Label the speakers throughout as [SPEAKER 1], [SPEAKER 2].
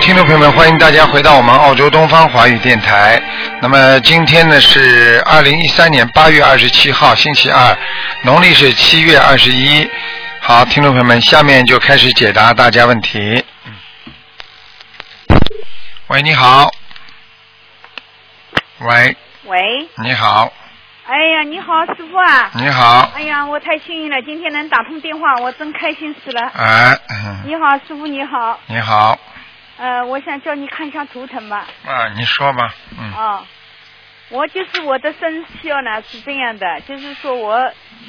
[SPEAKER 1] 听众朋友们，欢迎大家回到我们澳洲东方华语电台。那么今天呢是二零一三年八月二十七号，星期二，农历是七月二十一。好，听众朋友们，下面就开始解答大家问题。嗯喂，你好。喂，
[SPEAKER 2] 喂，
[SPEAKER 1] 你好，
[SPEAKER 2] 哎呀，你好，师傅啊！
[SPEAKER 1] 你好，
[SPEAKER 2] 哎呀，我太幸运了，今天能打通电话，我真开心死了。
[SPEAKER 1] 哎，嗯，
[SPEAKER 2] 你好，师傅你好，
[SPEAKER 1] 你好，
[SPEAKER 2] 呃，我想叫你看一下图腾吧。
[SPEAKER 1] 啊，你说吧，嗯，
[SPEAKER 2] 哦，我就是我的生肖呢是这样的，就是说我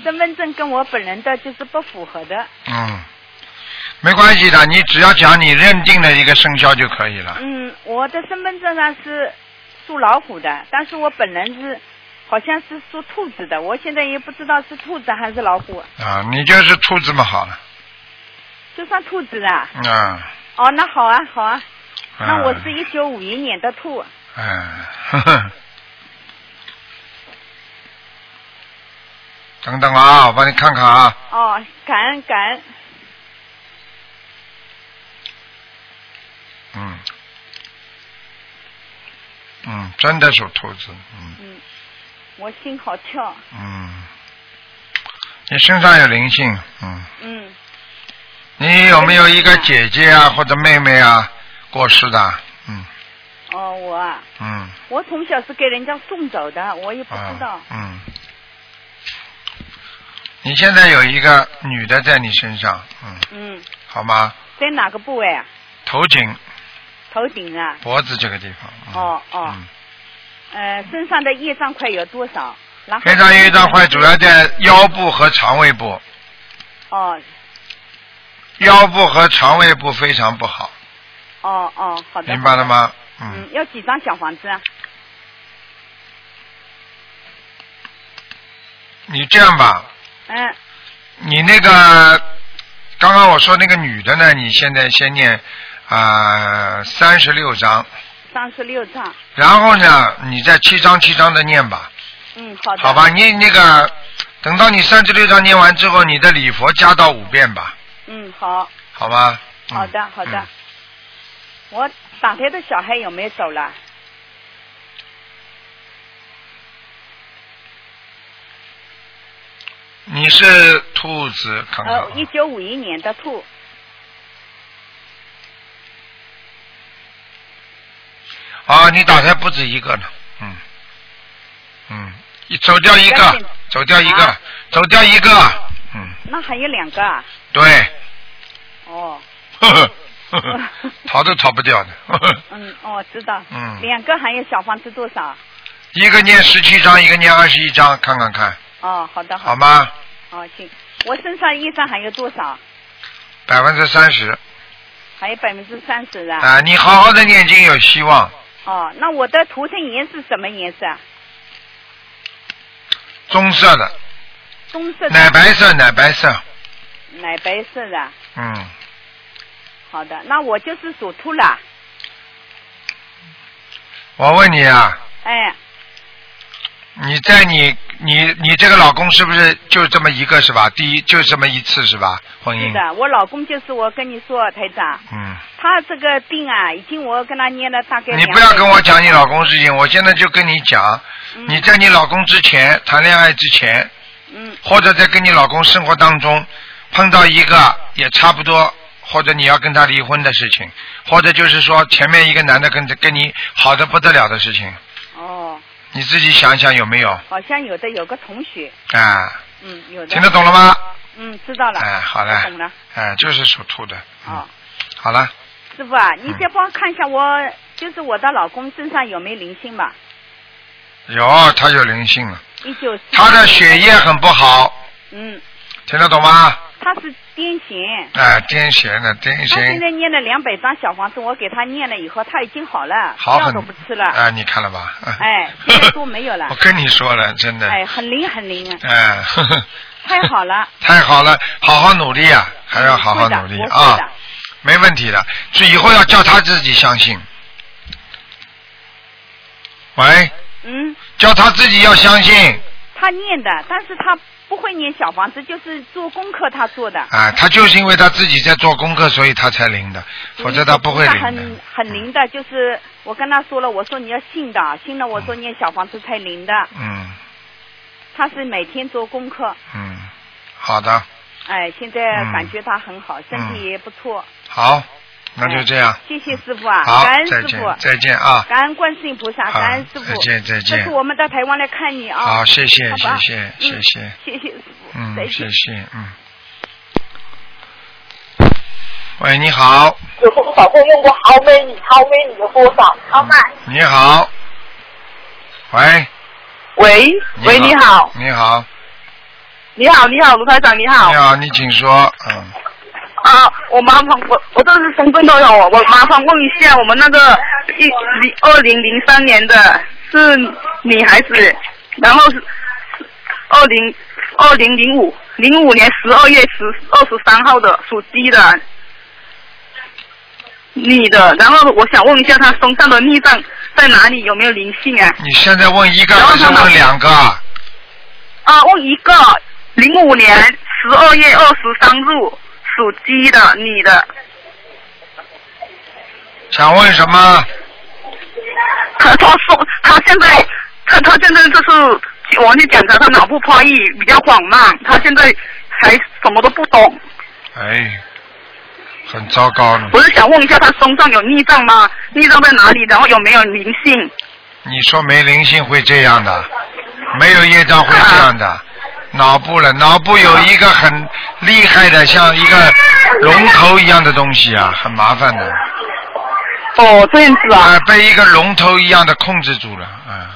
[SPEAKER 2] 身份证跟我本人的就是不符合的。
[SPEAKER 1] 嗯，没关系的，你只要讲你认定的一个生肖就可以了。
[SPEAKER 2] 嗯，我的身份证上是属老虎的，但是我本人是好像是属兔子的，我现在也不知道是兔子还是老虎，
[SPEAKER 1] 啊，你就是兔子嘛，好了，
[SPEAKER 2] 就算兔子啊。
[SPEAKER 1] 啊，啊
[SPEAKER 2] 哦，那好啊，好啊，那我是一九五一年的兔。
[SPEAKER 1] 哎，呵呵，等等啊，我帮你看看啊，
[SPEAKER 2] 哦，感恩感恩，
[SPEAKER 1] 嗯，嗯，真的属兔子，嗯
[SPEAKER 2] 嗯，我心好跳，
[SPEAKER 1] 嗯，你身上有灵性，嗯，
[SPEAKER 2] 嗯，
[SPEAKER 1] 你有没有一个姐姐啊或者妹妹啊过世的？嗯
[SPEAKER 2] 哦，我啊，
[SPEAKER 1] 嗯，
[SPEAKER 2] 我从小是给人家送走的，我也不
[SPEAKER 1] 啊
[SPEAKER 2] 知道，
[SPEAKER 1] 嗯，你现在有一个女的在你身上，嗯，
[SPEAKER 2] 嗯，
[SPEAKER 1] 好吗？
[SPEAKER 2] 在哪个部位啊？
[SPEAKER 1] 头颈、
[SPEAKER 2] 头顶啊，
[SPEAKER 1] 脖子这个地方。嗯、
[SPEAKER 2] 哦哦
[SPEAKER 1] 嗯，
[SPEAKER 2] 呃，身上的业障块有多少？然后
[SPEAKER 1] 非常业障块主要在腰部和肠胃部，
[SPEAKER 2] 哦
[SPEAKER 1] 腰部和肠胃部非常不好，
[SPEAKER 2] 哦哦，好的，
[SPEAKER 1] 明白了
[SPEAKER 2] 好
[SPEAKER 1] 吗？
[SPEAKER 2] 的？
[SPEAKER 1] 嗯，
[SPEAKER 2] 嗯，要几张小房子啊？
[SPEAKER 1] 你这样吧，
[SPEAKER 2] 嗯，
[SPEAKER 1] 你那个刚刚我说那个女的呢，你现在先念啊三十六章，
[SPEAKER 2] 三十六张，
[SPEAKER 1] 然后呢，你再七章七章的念吧，
[SPEAKER 2] 嗯，好的，
[SPEAKER 1] 好吧？，你那个等到你三十六章念完之后，你的礼佛加到五遍吧，
[SPEAKER 2] 嗯，好，
[SPEAKER 1] 好吗？嗯
[SPEAKER 2] 好的，好的
[SPEAKER 1] 嗯。
[SPEAKER 2] 我打胎的小孩有没有走了？
[SPEAKER 1] 你是兔子，看看啊
[SPEAKER 2] 呃，一九五一年的兔，
[SPEAKER 1] 啊，你打胎不止一个呢，嗯，嗯，一走掉一
[SPEAKER 2] 赶紧
[SPEAKER 1] 个，走掉一个
[SPEAKER 2] 啊，
[SPEAKER 1] 走掉一个，嗯，
[SPEAKER 2] 那还有两个啊？
[SPEAKER 1] 对，
[SPEAKER 2] 哦，
[SPEAKER 1] 呵呵呵呵， 逃都逃不掉的，呵呵，
[SPEAKER 2] 嗯，哦，知道。
[SPEAKER 1] 嗯
[SPEAKER 2] 两个还有小房子多少？
[SPEAKER 1] 一个念十七章，一个念二十一章，看看看，
[SPEAKER 2] 哦，好的，
[SPEAKER 1] 好
[SPEAKER 2] 的。
[SPEAKER 1] 吗？
[SPEAKER 2] 哦，行。我身上业障还有多少？
[SPEAKER 1] 百分之三十
[SPEAKER 2] 还有百分之三十啊。
[SPEAKER 1] 啊，你好好的念经有希望，
[SPEAKER 2] 哦，那我的图腾颜是什么颜色啊？
[SPEAKER 1] 棕色的，
[SPEAKER 2] 棕 色的。
[SPEAKER 1] 奶白色，奶白色，
[SPEAKER 2] 奶白色的。
[SPEAKER 1] 嗯，
[SPEAKER 2] 好的，那我就是属兔啦。
[SPEAKER 1] 我问你啊，
[SPEAKER 2] 哎，
[SPEAKER 1] 你在你你你这个老公是不是就这么一个是吧？第一就这么一次是吧？婚
[SPEAKER 2] 是
[SPEAKER 1] 姻，
[SPEAKER 2] 的，我老公就是我跟你说，台长，
[SPEAKER 1] 嗯。
[SPEAKER 2] 他这个病啊，已经我跟他念了大概
[SPEAKER 1] 你
[SPEAKER 2] 两
[SPEAKER 1] 不要
[SPEAKER 2] 百
[SPEAKER 1] 跟我讲你老公事情，我现在就跟你讲，
[SPEAKER 2] 嗯
[SPEAKER 1] 你在你老公之前谈恋爱之前，
[SPEAKER 2] 嗯
[SPEAKER 1] 或者在跟你老公生活当中碰到一个也差不多，或者你要跟他离婚的事情，或者就是说前面一个男的跟跟你好的不得了的事情，
[SPEAKER 2] 哦，
[SPEAKER 1] 你自己想想有没有？
[SPEAKER 2] 好像有的有个同学，
[SPEAKER 1] 啊，
[SPEAKER 2] 嗯，有的。
[SPEAKER 1] 听得懂了吗？
[SPEAKER 2] 嗯，知道了。
[SPEAKER 1] 哎，好嘞
[SPEAKER 2] 懂了。，
[SPEAKER 1] 哎，就是属兔的。嗯
[SPEAKER 2] 哦，
[SPEAKER 1] 好了，
[SPEAKER 2] 师傅啊，你再帮我看一下我，就是我的老公身上有没有灵性吧？
[SPEAKER 1] 有他有灵性了，
[SPEAKER 2] 一九四。
[SPEAKER 1] 他的血液很不好，
[SPEAKER 2] 嗯，
[SPEAKER 1] 听得懂吗？
[SPEAKER 2] 他是癫痫，
[SPEAKER 1] 啊，癫痫的癫痫。
[SPEAKER 2] 他现在念了两百张小房子，我给他念了以后，他已经好了，
[SPEAKER 1] 好
[SPEAKER 2] 药
[SPEAKER 1] 很
[SPEAKER 2] 都不吃了。
[SPEAKER 1] 啊、你看了吧？
[SPEAKER 2] 哎现在都没有了
[SPEAKER 1] 我跟你说了，真的。
[SPEAKER 2] 哎，很灵很灵啊，
[SPEAKER 1] 哎呵呵
[SPEAKER 2] 太好了。
[SPEAKER 1] 太好了，好好努力啊， 还要好好
[SPEAKER 2] 嗯会的
[SPEAKER 1] 努力
[SPEAKER 2] 我会
[SPEAKER 1] 啊
[SPEAKER 2] 的，
[SPEAKER 1] 没问题的。这以后要叫他自己相信。喂，
[SPEAKER 2] 嗯，
[SPEAKER 1] 叫他自己要相信，
[SPEAKER 2] 他念的，但是他不会念小房子，就是做功课他做的。
[SPEAKER 1] 啊，他就是因为他自己在做功课，所以他才灵的，否则他不会灵的
[SPEAKER 2] 很。很灵的，就是我跟他说了，我说你要信的，信了我说念小房子才灵的。
[SPEAKER 1] 嗯
[SPEAKER 2] 他是每天做功课，
[SPEAKER 1] 嗯，好的，
[SPEAKER 2] 哎，现在感觉他很
[SPEAKER 1] 嗯
[SPEAKER 2] 好，身体也不错。
[SPEAKER 1] 好，那就这样。
[SPEAKER 2] 谢谢师傅啊，
[SPEAKER 1] 嗯好
[SPEAKER 2] 感，恩
[SPEAKER 1] 再
[SPEAKER 2] 师
[SPEAKER 1] 见
[SPEAKER 2] 傅，，
[SPEAKER 1] 再见啊！
[SPEAKER 2] 感恩观世音菩萨，
[SPEAKER 1] 好
[SPEAKER 2] 感恩师
[SPEAKER 1] 再
[SPEAKER 2] 傅。
[SPEAKER 1] 见再见
[SPEAKER 2] 这是我们到台湾来看你啊。
[SPEAKER 1] 好，谢谢
[SPEAKER 2] 好
[SPEAKER 1] 谢
[SPEAKER 2] 吧
[SPEAKER 1] 谢谢
[SPEAKER 2] 嗯
[SPEAKER 1] 谢，
[SPEAKER 2] 谢谢师傅，再
[SPEAKER 1] 嗯，谢。
[SPEAKER 2] 见
[SPEAKER 1] 谢嗯。喂，你好，
[SPEAKER 3] 有护法护用过好美女，好美女的护法，好
[SPEAKER 4] 嗯
[SPEAKER 3] 美。
[SPEAKER 1] 你好，喂，
[SPEAKER 3] 喂喂，你好，
[SPEAKER 1] 你好，
[SPEAKER 3] 你好，你好，卢台长，你好
[SPEAKER 1] 你。好，你请说，嗯，
[SPEAKER 3] 啊，我麻烦我我这是身份都有，我麻烦问一下，我们那个一零二零零三年的是女孩子，然后是二零二零零五零五年十二月十二十三号的属鸡的女的，然后我想问一下她身上的孽障在哪里，有没有灵性啊？
[SPEAKER 1] 你现在问一个
[SPEAKER 3] 然后
[SPEAKER 1] 还是
[SPEAKER 3] 他
[SPEAKER 1] 问
[SPEAKER 3] 们
[SPEAKER 1] 两个啊？
[SPEAKER 3] 啊，问一个零五年十二月二十三日属鸡的女的，
[SPEAKER 1] 想问什么？
[SPEAKER 3] 他他说他现在他他现在就是我去检查，他脑部发育比较缓慢，他现在还什么都不懂。
[SPEAKER 1] 哎，很糟糕呢。
[SPEAKER 3] 我是想问一下，他身上有逆障吗？逆障在哪里？然后有没有灵性？
[SPEAKER 1] 你说没灵性会这样的，没有业障会这样的，脑部了，脑部有一个很厉害的，像一个龙头一样的东西啊，很麻烦的，
[SPEAKER 3] 哦，这样子
[SPEAKER 1] 啊、
[SPEAKER 3] 啊。
[SPEAKER 1] 被一个龙头一样的控制住了，啊、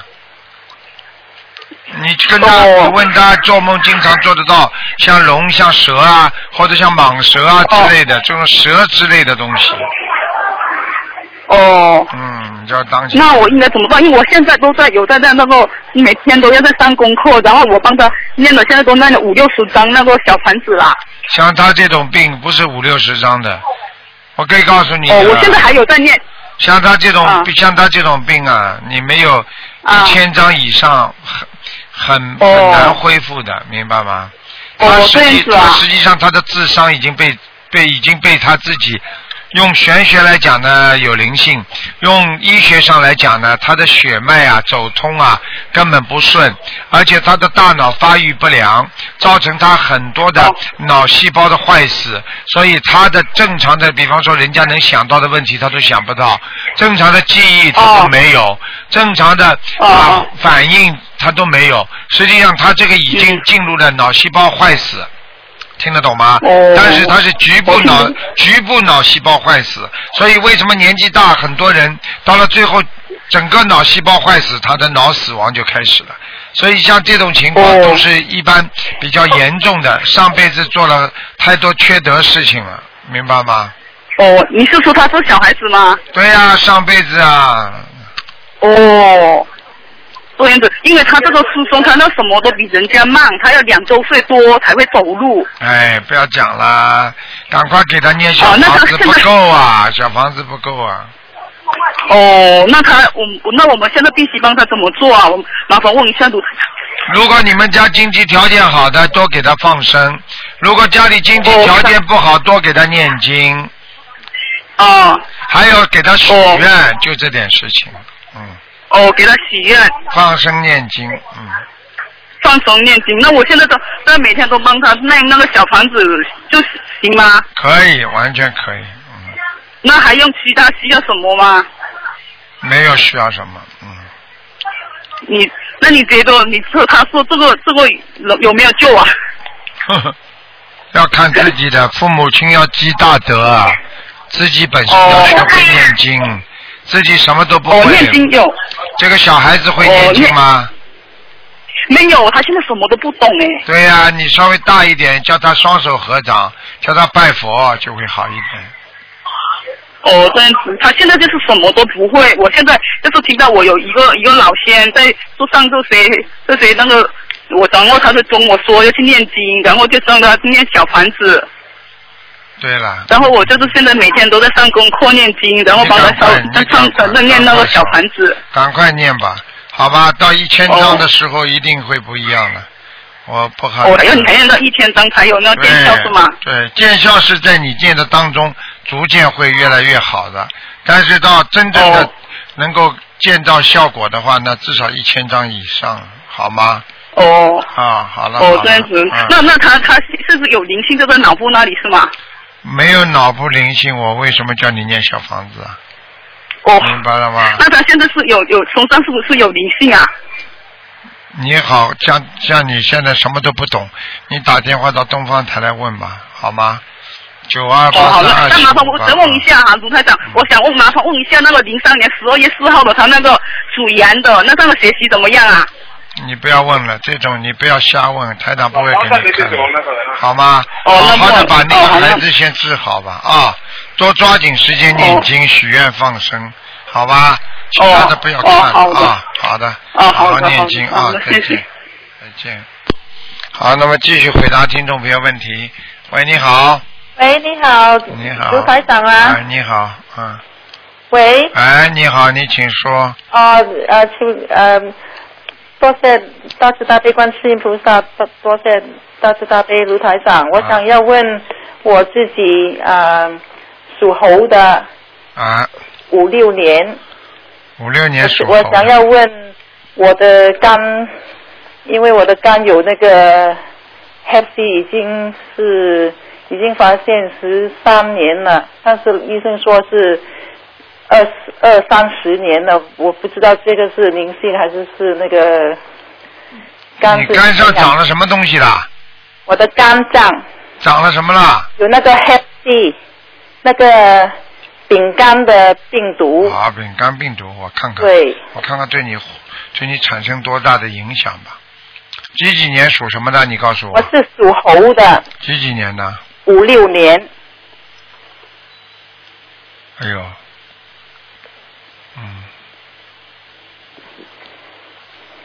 [SPEAKER 1] 你跟他，
[SPEAKER 3] 哦
[SPEAKER 1] 你问他做梦经常做得到，像龙、像蛇啊，或者像蟒蛇啊之类的，这种蛇之类的东西，
[SPEAKER 3] 哦，
[SPEAKER 1] 嗯，你就要当心。
[SPEAKER 3] 那我应该怎么办？因为我现在都在有在在那个每天都要在上功课，然后我帮他念了，现在都念了五六十张那个小盘子啦。
[SPEAKER 1] 像他这种病不是五六十张的，我可以告诉你的。
[SPEAKER 3] 哦，我现在还有在念。
[SPEAKER 1] 像他这种、
[SPEAKER 3] 啊
[SPEAKER 1] 像他这种病啊，你没有
[SPEAKER 3] 啊
[SPEAKER 1] 一千张以上，很很、
[SPEAKER 3] 哦
[SPEAKER 1] 很难恢复的，明白吗？
[SPEAKER 3] 哦
[SPEAKER 1] 他实
[SPEAKER 3] 这样
[SPEAKER 1] 际
[SPEAKER 3] 子啊
[SPEAKER 1] 他实际上他的智商已经被被已经被他自己用玄学来讲呢有灵性，用医学上来讲呢，他的血脉啊走通啊根本不顺，而且他的大脑发育不良，造成他很多的
[SPEAKER 3] 哦
[SPEAKER 1] 脑细胞的坏死，所以他的正常的，比方说人家能想到的问题，他都想不到，正常的记忆他都
[SPEAKER 3] 哦
[SPEAKER 1] 没有，正常的
[SPEAKER 3] 哦
[SPEAKER 1] 啊反应他都没有。实际上，他这个已经
[SPEAKER 3] 嗯
[SPEAKER 1] 进入了脑细胞坏死。听得懂吗？
[SPEAKER 3] 哦
[SPEAKER 1] 但是他是局部脑
[SPEAKER 3] 我听
[SPEAKER 1] 局部脑细胞坏死，所以为什么年纪大很多人到了最后整个脑细胞坏死，他的脑死亡就开始了。所以像这种情况
[SPEAKER 3] 哦
[SPEAKER 1] 都是一般比较严重的，上辈子做了太多缺德事情了，明白吗？
[SPEAKER 3] 哦，你是说他是小孩子吗？
[SPEAKER 1] 对呀、上辈子啊，
[SPEAKER 3] 哦，这样子，因为他这个师兄，他那什么都比人家慢，他要两周岁多才会走路。
[SPEAKER 1] 哎，不要讲啦，赶快给他念小
[SPEAKER 3] 哦那
[SPEAKER 1] 房
[SPEAKER 3] 这
[SPEAKER 1] 子
[SPEAKER 3] 个现
[SPEAKER 1] 不
[SPEAKER 3] 在
[SPEAKER 1] 够啊，小房子不够啊。
[SPEAKER 3] 哦，那他我我那我们现在必须帮他怎么做啊？我麻烦问一下卢台长。
[SPEAKER 1] 如果你们家经济条件好的，多给他放生；如果家里经济条件不好，多给他念经，
[SPEAKER 3] 啊、
[SPEAKER 1] 还有给他许愿，就这点事情。嗯，
[SPEAKER 3] 哦，给他许愿，
[SPEAKER 1] 放生念经，嗯，
[SPEAKER 3] 放松念经。那我现在都那每天都帮他念那个小房子，就行吗？
[SPEAKER 1] 可以，完全可以，嗯，
[SPEAKER 3] 那还用其他需要什么吗？
[SPEAKER 1] 没有需要什么，嗯，
[SPEAKER 3] 你那你觉得你说他说这个这个有有没有救啊？
[SPEAKER 1] 呵呵， 要看自己的父母亲要积大德啊，自己本身要学会念经，自己什么都不
[SPEAKER 3] 哦，念经哦
[SPEAKER 1] 会，
[SPEAKER 3] 有。
[SPEAKER 1] 这个小孩子会念经吗？
[SPEAKER 3] 没有，他现在什么都不懂哎。
[SPEAKER 1] 对呀、你稍微大一点，叫他双手合掌，叫他拜佛就会好一点。
[SPEAKER 3] 哦，这样子，他现在就是什么都不会。我现在就是听到我有一个一个老先在就上这些这些那个，我掌握他的中，我说要去念经，然后就让他念小盘子，
[SPEAKER 1] 对了，
[SPEAKER 3] 然后我就是现在每天都在上功课念经，然后帮他烧
[SPEAKER 1] 你赶快你赶
[SPEAKER 3] 上
[SPEAKER 1] 快
[SPEAKER 3] 上念那个小盘子。哦
[SPEAKER 1] 赶快念吧，好吧，到一千章的时候一定会不一样了。我不好。
[SPEAKER 3] 我哦要念到一千张才有那个见效啊是吗？
[SPEAKER 1] 哎对，对见效是在你念的当中逐渐会越来越好的，但是到真正的
[SPEAKER 3] 哦
[SPEAKER 1] 能够见到效果的话，那至少一千张以上，好吗？
[SPEAKER 3] 哦。
[SPEAKER 1] 啊，好了。好
[SPEAKER 3] 哦
[SPEAKER 1] 了，
[SPEAKER 3] 这样子，
[SPEAKER 1] 嗯
[SPEAKER 3] 那那他他是不是有灵性就在脑部那里是吗？
[SPEAKER 1] 没有脑部灵性，我为什么叫你念小房子啊？
[SPEAKER 3] 哦，
[SPEAKER 1] 明白了吗？
[SPEAKER 3] 那他现在是有有身上是不是有灵性啊？
[SPEAKER 1] 你好，像像你现在什么都不懂，你打电话到东方台来问吧，好吗？九二
[SPEAKER 3] 哦，
[SPEAKER 1] 八
[SPEAKER 3] 好
[SPEAKER 1] 三
[SPEAKER 3] 了，
[SPEAKER 1] 二
[SPEAKER 3] 那
[SPEAKER 1] 七
[SPEAKER 3] 麻烦我再问一下哈、卢台长，我想问麻烦问一下那个零三年十二月四号的他那个属羊的，那他的学习怎么样啊？
[SPEAKER 1] 你不要问了，这种你不要瞎问，台长不会给你看的，好吗？
[SPEAKER 3] 哦
[SPEAKER 1] 好
[SPEAKER 3] 那
[SPEAKER 1] 好的
[SPEAKER 3] 么
[SPEAKER 1] 把那
[SPEAKER 3] 哦
[SPEAKER 1] 个
[SPEAKER 3] 好的
[SPEAKER 1] 孩子先治好吧，啊，多抓紧时间念经、许愿、放生，好吧？其他的不要看
[SPEAKER 3] 哦好
[SPEAKER 1] 了
[SPEAKER 3] 的
[SPEAKER 1] 啊，好的，
[SPEAKER 3] 哦好
[SPEAKER 1] 好
[SPEAKER 3] 的
[SPEAKER 1] 念经
[SPEAKER 3] 好
[SPEAKER 1] 啊
[SPEAKER 3] 的，
[SPEAKER 1] 再
[SPEAKER 3] 谢谢
[SPEAKER 1] 见，再见。好，那么继续回答听众朋友问题。喂，你好，
[SPEAKER 3] 啊
[SPEAKER 4] 喂，你好，
[SPEAKER 1] 你好，
[SPEAKER 4] 卢台长啊，
[SPEAKER 1] 哎，你好，嗯，
[SPEAKER 4] 喂，
[SPEAKER 1] 哎，你好，你请说，
[SPEAKER 4] 哦，呃，求呃，多谢大慈大悲观世音菩萨，多多谢大慈大悲卢台长，我
[SPEAKER 1] 啊
[SPEAKER 4] 想要问我自己，呃，属猴的
[SPEAKER 1] 啊，
[SPEAKER 4] 五六年，
[SPEAKER 1] 五六年属猴
[SPEAKER 4] 我
[SPEAKER 1] 的，
[SPEAKER 4] 想要问我的肝，因为我的肝有那个 Hep C 已经是已经发现十三年了，但是医生说是二十二三十年了，我不知道这个是灵性还是是那个肝
[SPEAKER 1] 你
[SPEAKER 4] 是
[SPEAKER 1] 肝上
[SPEAKER 4] 怎样
[SPEAKER 1] 长了什么东西啦？
[SPEAKER 4] 我的肝脏
[SPEAKER 1] 长了什么啦？
[SPEAKER 4] 有那个 Hep C 那个丙肝的病毒，
[SPEAKER 1] 啊，丙肝病毒，我看看，
[SPEAKER 4] 对，
[SPEAKER 1] 我看看对你对你产生多大的影响吧。几几年属什么的？你告诉
[SPEAKER 4] 我
[SPEAKER 1] 我，
[SPEAKER 4] 是属猴的，
[SPEAKER 1] 几几年的？
[SPEAKER 4] 五六年。
[SPEAKER 1] 哎呦，嗯，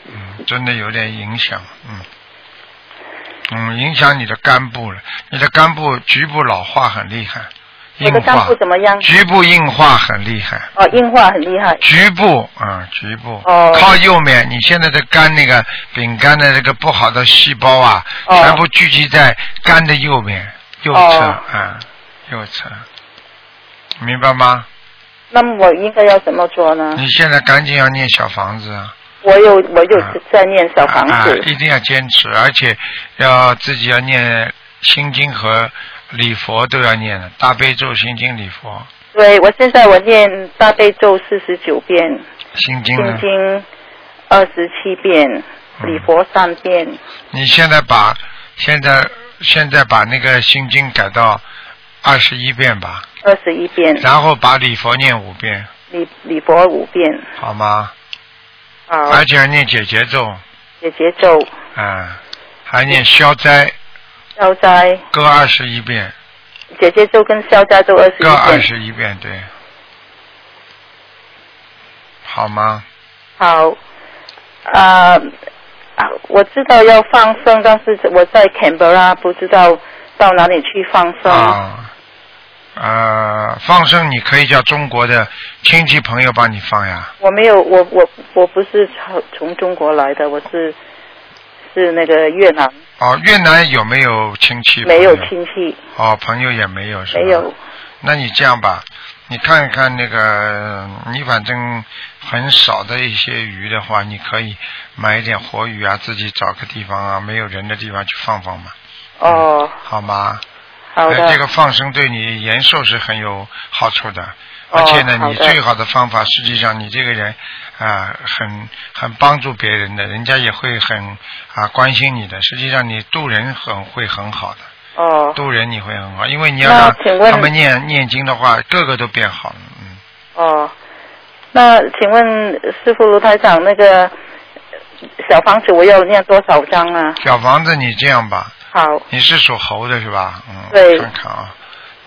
[SPEAKER 1] 嗯，真的有点影响，嗯，嗯，影响你的肝部了，你的肝部局部老化很厉害，
[SPEAKER 4] 我
[SPEAKER 1] 硬
[SPEAKER 4] 的肝
[SPEAKER 1] 化
[SPEAKER 4] 部，怎么样？
[SPEAKER 1] 局部硬化很厉害，
[SPEAKER 4] 哦，硬化很厉害。
[SPEAKER 1] 局部啊、嗯局部、
[SPEAKER 4] 哦
[SPEAKER 1] 靠右面，你现在的肝那个丙肝的这个不好的细胞啊，
[SPEAKER 4] 哦
[SPEAKER 1] 全部聚集在肝的右面右侧
[SPEAKER 4] 哦
[SPEAKER 1] 啊、嗯右侧，明白吗？
[SPEAKER 4] 那么我应该要怎么做呢？
[SPEAKER 1] 你现在赶紧要念小房子嗯啊！
[SPEAKER 4] 我有我有在念小房
[SPEAKER 1] 啊，
[SPEAKER 4] 子。
[SPEAKER 1] 一定要坚持，而且要自己要念心经和礼佛都要念的，大悲咒、心经、礼佛、
[SPEAKER 4] 对，我现在我念大悲咒四十九遍，
[SPEAKER 1] 心经呢
[SPEAKER 4] 心。经二十七遍，
[SPEAKER 1] 嗯
[SPEAKER 4] 礼佛三遍。
[SPEAKER 1] 你现在把现在现在把那个心经改到二十一遍吧，
[SPEAKER 4] 二十一遍
[SPEAKER 1] 然后把礼佛念五遍，
[SPEAKER 4] 礼礼佛五遍，
[SPEAKER 1] 好吗？
[SPEAKER 4] 好，
[SPEAKER 1] 而且要念解结咒，
[SPEAKER 4] 解结咒、
[SPEAKER 1] 啊，还念消灾
[SPEAKER 4] 消灾，
[SPEAKER 1] 各二十一遍，
[SPEAKER 4] 解结咒跟消灾都二十
[SPEAKER 1] 各二
[SPEAKER 4] 一遍。
[SPEAKER 1] 十一遍，对，好吗？
[SPEAKER 4] 好，啊、啊我知道要放生，但是我在 Canberra 不知道到哪里去放生。
[SPEAKER 1] 啊，呃，放生你可以叫中国的亲戚朋友帮你放呀。
[SPEAKER 4] 我没有，我我我不是从从中国来的，我是是那个越南，
[SPEAKER 1] 哦，越南有没有亲戚？
[SPEAKER 4] 没有。亲戚，
[SPEAKER 1] 哦，朋友也没有是吧？
[SPEAKER 4] 没有。
[SPEAKER 1] 那你这样吧，你看一看那个，你反正很少的一些鱼的话，你可以买一点活鱼啊，自己找个地方啊，没有人的地方去放放嘛，
[SPEAKER 4] 哦，
[SPEAKER 1] 好吗？
[SPEAKER 4] 好的，
[SPEAKER 1] 呃这个放生对你延寿是很有好处的，而且呢，
[SPEAKER 4] 哦好
[SPEAKER 1] 你
[SPEAKER 4] 的
[SPEAKER 1] 最好的方法，实际上你这个人啊、很很帮助别人的，人家也会很啊、关心你的。实际上你渡人很会很好的，
[SPEAKER 4] 哦
[SPEAKER 1] 渡人你会很好，因为你要
[SPEAKER 4] 那
[SPEAKER 1] 让
[SPEAKER 4] 请问
[SPEAKER 1] 他们念念经的话，个个都变好了。嗯，
[SPEAKER 4] 哦，那请问师傅卢台长，那个小房子我要念多少张啊？
[SPEAKER 1] 小房子，你这样吧，
[SPEAKER 4] 好，
[SPEAKER 1] 你是属猴的是吧？嗯，
[SPEAKER 4] 对
[SPEAKER 1] 看看啊。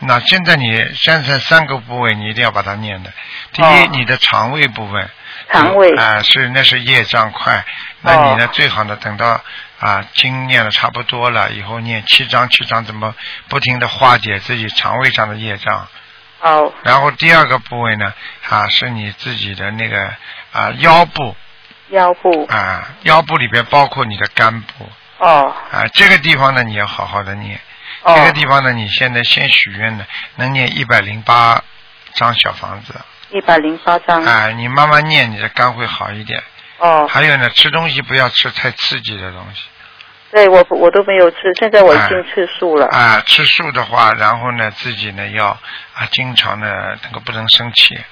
[SPEAKER 1] 那现在你现在三个部位你一定要把它念的。第一，
[SPEAKER 4] 哦
[SPEAKER 1] 你的肠胃部分，
[SPEAKER 4] 肠胃
[SPEAKER 1] 啊、是那是业障快，那你呢、
[SPEAKER 4] 哦
[SPEAKER 1] 最好呢等到啊经念的差不多了，以后念七章七章，怎么不停的化解自己肠胃上的业障。
[SPEAKER 4] 好，
[SPEAKER 1] 然后第二个部位呢啊是你自己的那个啊腰部
[SPEAKER 4] 腰部
[SPEAKER 1] 啊腰部里边包括你的肝部，
[SPEAKER 4] 哦
[SPEAKER 1] 啊，这个地方呢你要好好的念，
[SPEAKER 4] 哦
[SPEAKER 1] 这个地方呢你现在先许愿的，能念一百零八张小房子
[SPEAKER 4] 一百零八张。
[SPEAKER 1] 啊，你慢慢念，你的肝会好一点。
[SPEAKER 4] 哦，
[SPEAKER 1] 还有呢，吃东西不要吃太刺激的东西
[SPEAKER 4] 对我不我都没有吃，现在我已
[SPEAKER 1] 哎
[SPEAKER 4] 经吃素了。
[SPEAKER 1] 啊，吃素的话，然后呢自己呢要啊经常的那个不能生气，因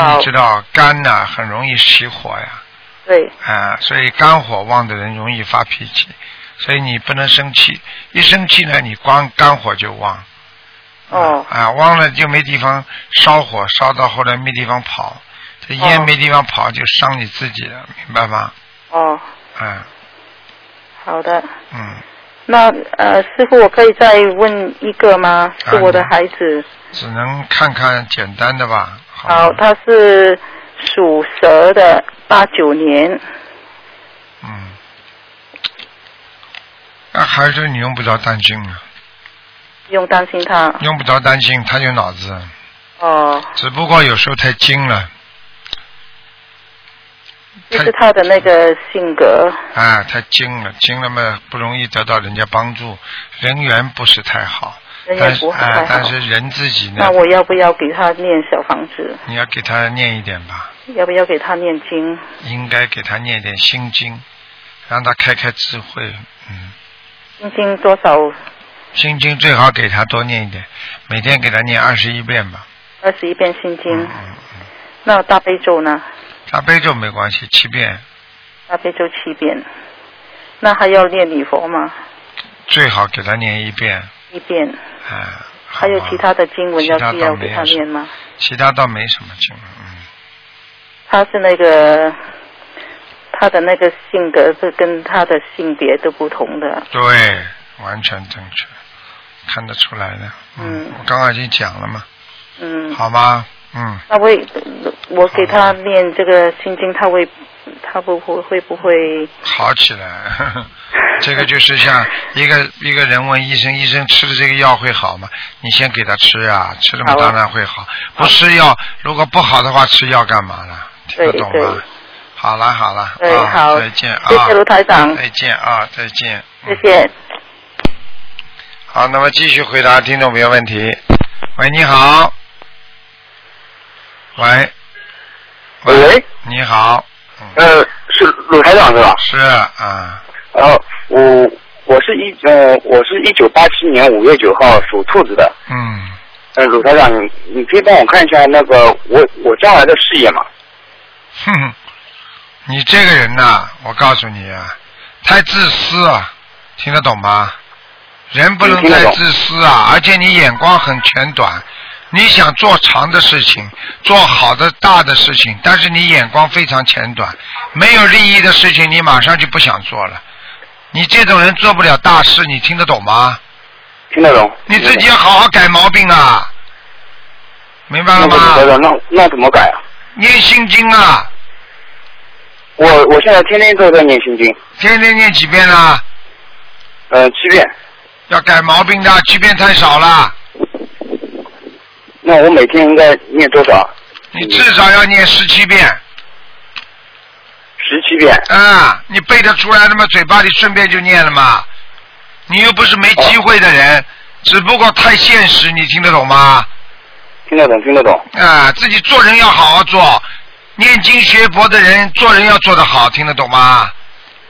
[SPEAKER 1] 为
[SPEAKER 4] 好
[SPEAKER 1] 你知道肝呐很容易熄火呀。
[SPEAKER 4] 对，
[SPEAKER 1] 啊，所以肝火旺的人容易发脾气，所以你不能生气，一生气呢，你光肝火就旺。
[SPEAKER 4] 哦
[SPEAKER 1] 啊，旺了就没地方烧火，烧到后来没地方跑，这烟
[SPEAKER 4] 哦
[SPEAKER 1] 没地方跑就伤你自己了，明白吗？
[SPEAKER 4] 哦，
[SPEAKER 1] 啊，
[SPEAKER 4] 好的。
[SPEAKER 1] 嗯，
[SPEAKER 4] 那呃，师傅，我可以再问一个吗？
[SPEAKER 1] 哎
[SPEAKER 4] 是我的孩子，
[SPEAKER 1] 只能看看简单的吧。
[SPEAKER 4] 好，
[SPEAKER 1] 吧
[SPEAKER 4] 他是属蛇的，八九年。
[SPEAKER 1] 嗯，那、还是你用不着担心啊，
[SPEAKER 4] 不用担心他
[SPEAKER 1] 用不着担心，他有脑子，
[SPEAKER 4] 哦，
[SPEAKER 1] 只不过有时候太精了。
[SPEAKER 4] 就
[SPEAKER 1] 太
[SPEAKER 4] 是他的那个性格。
[SPEAKER 1] 啊，太精了，精了嘛，不容易得到人家帮助，人缘不是太好，
[SPEAKER 4] 人缘
[SPEAKER 1] 但是
[SPEAKER 4] 不是太
[SPEAKER 1] 啊
[SPEAKER 4] 好，
[SPEAKER 1] 但是人自己呢
[SPEAKER 4] 那，我要不要给他念小房子？
[SPEAKER 1] 你要给他念一点吧，
[SPEAKER 4] 要不要给他念经？
[SPEAKER 1] 应该给他念一点心经，让他开开智慧，嗯，
[SPEAKER 4] 心经多少？
[SPEAKER 1] 心经最好给他多念一点，每天给他念二十一遍吧，
[SPEAKER 4] 二十一遍心经。
[SPEAKER 1] 嗯嗯嗯，
[SPEAKER 4] 那大悲咒呢？
[SPEAKER 1] 大悲咒没关系，七遍
[SPEAKER 4] 大悲咒七遍。那还要念礼佛吗？
[SPEAKER 1] 最好给他念一遍，
[SPEAKER 4] 一遍。
[SPEAKER 1] 啊，好
[SPEAKER 4] 还有
[SPEAKER 1] 吧
[SPEAKER 4] 其他的经文要
[SPEAKER 1] 啊其他
[SPEAKER 4] 需
[SPEAKER 1] 倒
[SPEAKER 4] 要
[SPEAKER 1] 没
[SPEAKER 4] 给
[SPEAKER 1] 有
[SPEAKER 4] 他
[SPEAKER 1] 什
[SPEAKER 4] 念吗？
[SPEAKER 1] 其他倒没什么经，嗯，
[SPEAKER 4] 他是那个他的那个性格是跟他的性别都不同的。
[SPEAKER 1] 对，完全正确，看得出来的，
[SPEAKER 4] 嗯
[SPEAKER 1] 我刚刚已经讲了嘛。
[SPEAKER 4] 嗯，
[SPEAKER 1] 好吗？嗯，
[SPEAKER 4] 那会我给他念这个心经，他会他不会会不会？
[SPEAKER 1] 好起来。 呵呵这个就是像一个一个人问医生，医生吃的这个药会好吗？你先给他吃啊，吃了嘛
[SPEAKER 4] 好啊
[SPEAKER 1] 当然会好。不吃药，如果不好的话，吃药干嘛呢？听得
[SPEAKER 4] 对
[SPEAKER 1] 懂
[SPEAKER 4] 对
[SPEAKER 1] 吗？好啦好啦，
[SPEAKER 4] 对
[SPEAKER 1] 啊
[SPEAKER 4] 好
[SPEAKER 1] 再见啊，
[SPEAKER 4] 谢谢卢台长，
[SPEAKER 1] 再见啊，再见，
[SPEAKER 4] 谢谢。
[SPEAKER 1] 好，那么继续回答听众朋友问题。喂，你好。喂。
[SPEAKER 5] 喂。
[SPEAKER 1] 你好。嗯。
[SPEAKER 5] 呃，是鲁台长是吧？
[SPEAKER 1] 是啊。
[SPEAKER 5] 呃，我我是一呃，我是一九八七年五月九号属兔子的。
[SPEAKER 1] 嗯。
[SPEAKER 5] 呃，鲁台长，你你可以帮我看一下那个我我将来的事业嘛？
[SPEAKER 1] 哼哼， 你这个人呐、我告诉你啊，太自私啊，听得懂吗？人不能
[SPEAKER 5] 嗯听得
[SPEAKER 1] 太
[SPEAKER 5] 懂
[SPEAKER 1] 自私啊，而且你眼光很浅短。你想做长的事情，做好的大的事情，但是你眼光非常浅短，没有利益的事情你马上就不想做了。你这种人做不了大事，你听得懂吗？
[SPEAKER 5] 听得懂？
[SPEAKER 1] 你自己
[SPEAKER 5] 听
[SPEAKER 1] 要好好改毛病
[SPEAKER 5] 嗯
[SPEAKER 1] 啊，明白
[SPEAKER 5] 得
[SPEAKER 1] 了
[SPEAKER 5] 懂那个
[SPEAKER 1] 吗
[SPEAKER 5] 鲁台？长，那那怎么改啊？
[SPEAKER 1] 念心经啊，
[SPEAKER 5] 我我现在天天都在念心经，
[SPEAKER 1] 天天念几遍啊？
[SPEAKER 5] 呃，七遍。
[SPEAKER 1] 要改毛病的，欺骗太少了，
[SPEAKER 5] 那我每天应该念多少？
[SPEAKER 1] 你至少要念十七遍
[SPEAKER 5] 十七遍。
[SPEAKER 1] 啊！你背得出来了吗？嘴巴里顺便就念了嘛。你又不是没机会的人，只不过太现实，你听得懂吗？
[SPEAKER 5] 听得懂，听得懂。
[SPEAKER 1] 啊，自己做人要好好做，念经学佛的人做人要做得好，听得懂吗？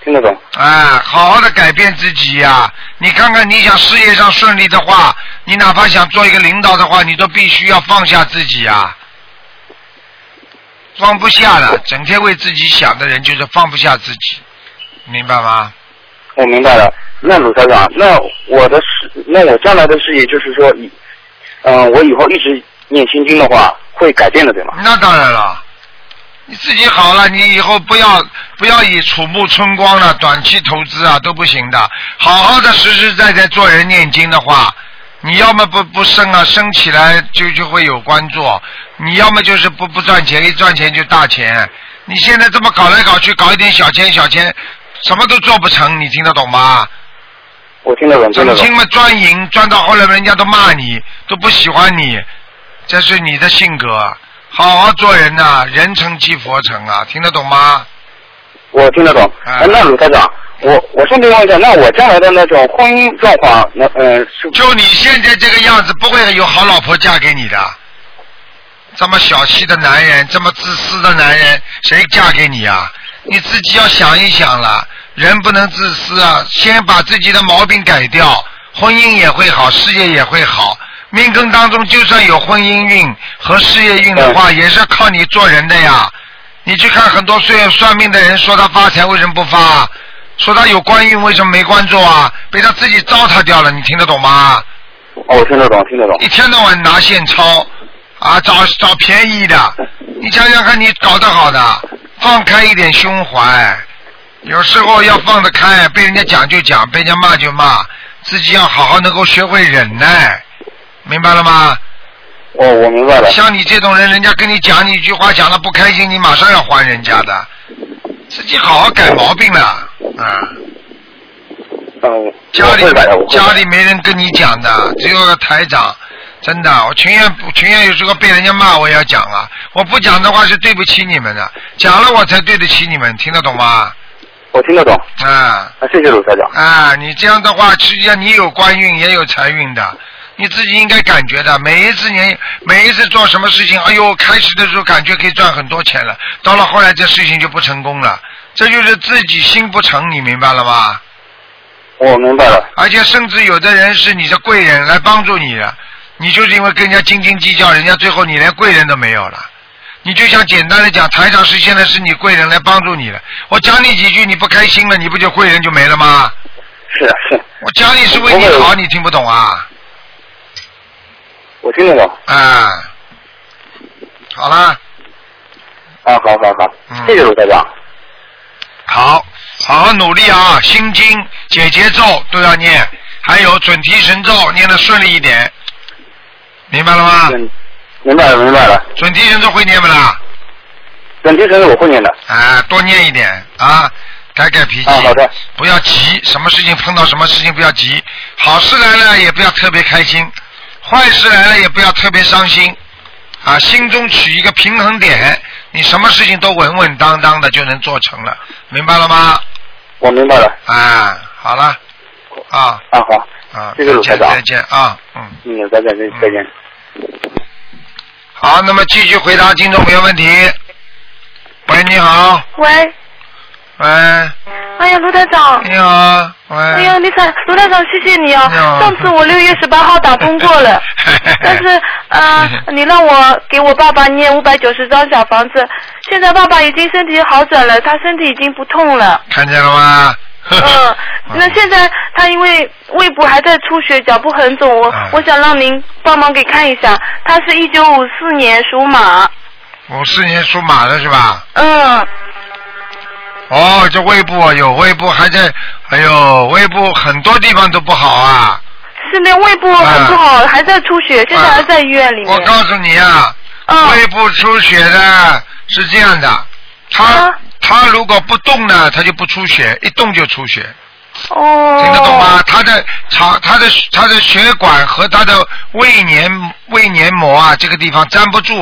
[SPEAKER 5] 听得懂，
[SPEAKER 1] 啊，好好的改变自己呀、你看看，你想事业上顺利的话，你哪怕想做一个领导的话，你都必须要放下自己呀、放不下了，整天为自己想的人就是放不下自己，明白吗？
[SPEAKER 5] 我哦明白了。那鲁台长，那我的事，那我将来的事业就是说，以，嗯、我以后一直念心经的话，会改变的，对吗？
[SPEAKER 1] 那当然了，你自己好了，你以后不要不要以楚目春光了，短期投资啊都不行的，好好的实实在在做人念经的话，你要么不不生啊，生起来就就会有关注，你要么就是不不赚钱，一赚钱就大钱，你现在这么搞来搞去，搞一点小钱小钱，什么都做不成，你听得懂吗？
[SPEAKER 5] 我听得懂，听
[SPEAKER 1] 整
[SPEAKER 5] 得懂
[SPEAKER 1] 天，嘛专营，赚到后来人家都骂你，都不喜欢你，这是你的性格啊。好好做人呐、人成即佛成啊，听得懂吗？
[SPEAKER 5] 我听得懂。
[SPEAKER 1] 啊
[SPEAKER 5] 哎那鲁台长，我我顺便问一下，那我将来的那种婚姻状况，那嗯、呃、是
[SPEAKER 1] 就你现在这个样子，不会有好老婆嫁给你的。这么小气的男人，这么自私的男人，谁嫁给你啊？你自己要想一想了，人不能自私啊！先把自己的毛病改掉，婚姻也会好，事业也会好。命根当中就算有婚姻运和事业运的话，也是靠你做人的呀。你去看很多算算命的人，说他发财为什么不发啊？说他有官运为什么没关注啊？被他自己糟蹋掉了，你听得懂吗？
[SPEAKER 5] 哦，我听得懂，听得懂
[SPEAKER 1] 一。天到晚拿现钞啊，找找便宜的，你想想看，你搞得好的，放开一点胸怀，有时候要放得开，被人家讲就讲，被人家骂就骂，自己要好好能够学会忍耐，明白了吗？
[SPEAKER 5] 哦，我明白了。
[SPEAKER 1] 像你这种人，人家跟你讲你一句话讲的不开心，你马上要还人家的，自己好好改毛病了啊。
[SPEAKER 5] 嗯，
[SPEAKER 1] 家里
[SPEAKER 5] 我会改的，我会改的
[SPEAKER 1] 家里没人跟你讲的，只有台长。真的，我情愿不情愿有时候被人家骂，我也要讲啊。我不讲的话是对不起你们的，讲了我才对得起你们，听得懂吗？
[SPEAKER 5] 我听得懂。
[SPEAKER 1] 啊
[SPEAKER 5] 啊，谢谢鲁台长。
[SPEAKER 1] 啊，你这样的话，实际上你有官运也有财运的，你自己应该感觉的。每一次年，每一次做什么事情，哎呦，开始的时候感觉可以赚很多钱了，到了后来这事情就不成功了，这就是自己心不诚，你明白了吗？
[SPEAKER 5] 我哦明白了。
[SPEAKER 1] 而且甚至有的人是你的贵人来帮助你的，你就是因为跟人家斤斤计较，人家最后你连贵人都没有了。你就像简单的讲，台长是现在是你贵人来帮助你的，我讲你几句你不开心了，你不就贵人就没了吗？
[SPEAKER 5] 是啊是啊，
[SPEAKER 1] 我讲你是为你好，你听不懂啊？
[SPEAKER 5] 我听得懂。
[SPEAKER 1] 啊，好啦，
[SPEAKER 5] 啊，好好好，
[SPEAKER 1] 嗯
[SPEAKER 5] 谢谢鲁台长。
[SPEAKER 1] 好，好好努力啊！心经、解结咒都要念，还有准提神咒念的顺利一点，明白了吗？
[SPEAKER 5] 嗯，明白了明白了，
[SPEAKER 1] 准提神咒会念不啦？
[SPEAKER 5] 本提神是我会念的。
[SPEAKER 1] 啊，多念一点啊，改改脾气。
[SPEAKER 5] 啊，好的，
[SPEAKER 1] 不要急，什么事情碰到什么事情不要急，好事来了也不要特别开心，坏事来了也不要特别伤心，啊，心中取一个平衡点，你什么事情都稳稳当当的就能做成了，明白了吗？
[SPEAKER 5] 我明白了。
[SPEAKER 1] 啊，好了，啊
[SPEAKER 5] 啊，好，
[SPEAKER 1] 啊，
[SPEAKER 5] 谢谢鲁
[SPEAKER 1] 再见
[SPEAKER 5] 台长
[SPEAKER 1] 再见啊，嗯，
[SPEAKER 5] 嗯，再见再见再见。
[SPEAKER 1] 好，那么继续回答听众朋友问题。喂，你好，
[SPEAKER 6] 喂，
[SPEAKER 1] 喂，
[SPEAKER 6] 哎呀，卢台长，
[SPEAKER 1] 你好，喂，
[SPEAKER 6] 哎呀，你看，卢台长，谢谢你啊
[SPEAKER 1] 你好！，
[SPEAKER 6] 上次我六月十八号打通过了 但是呃，你让我给我爸爸念五百九十张小房子，现在爸爸已经身体好转了，他身体已经不 痛了。
[SPEAKER 1] 看见了吗？
[SPEAKER 6] 嗯、
[SPEAKER 1] 啊
[SPEAKER 6] 那现在他因为胃部还在出血，脚部很肿，我、
[SPEAKER 1] 嗯
[SPEAKER 6] 我想让您帮忙给看一下。他是一九五四年属马，
[SPEAKER 1] 五四年属马的是吧？
[SPEAKER 6] 嗯，
[SPEAKER 1] 哦，这胃部啊有胃部还在，哎呦，胃部很多地方都不好啊！
[SPEAKER 6] 是那胃部很不好，还在出血，现在还在医院里面。
[SPEAKER 1] 我告诉你啊，
[SPEAKER 6] 嗯
[SPEAKER 1] 胃部出血的是这样的，他
[SPEAKER 6] 啊
[SPEAKER 1] 他如果不动呢，他就不出血，一动就出血，
[SPEAKER 6] 哦，
[SPEAKER 1] 听得懂吗？他的肠、他的他的血管和他的胃黏胃黏膜啊，这个地方粘不住，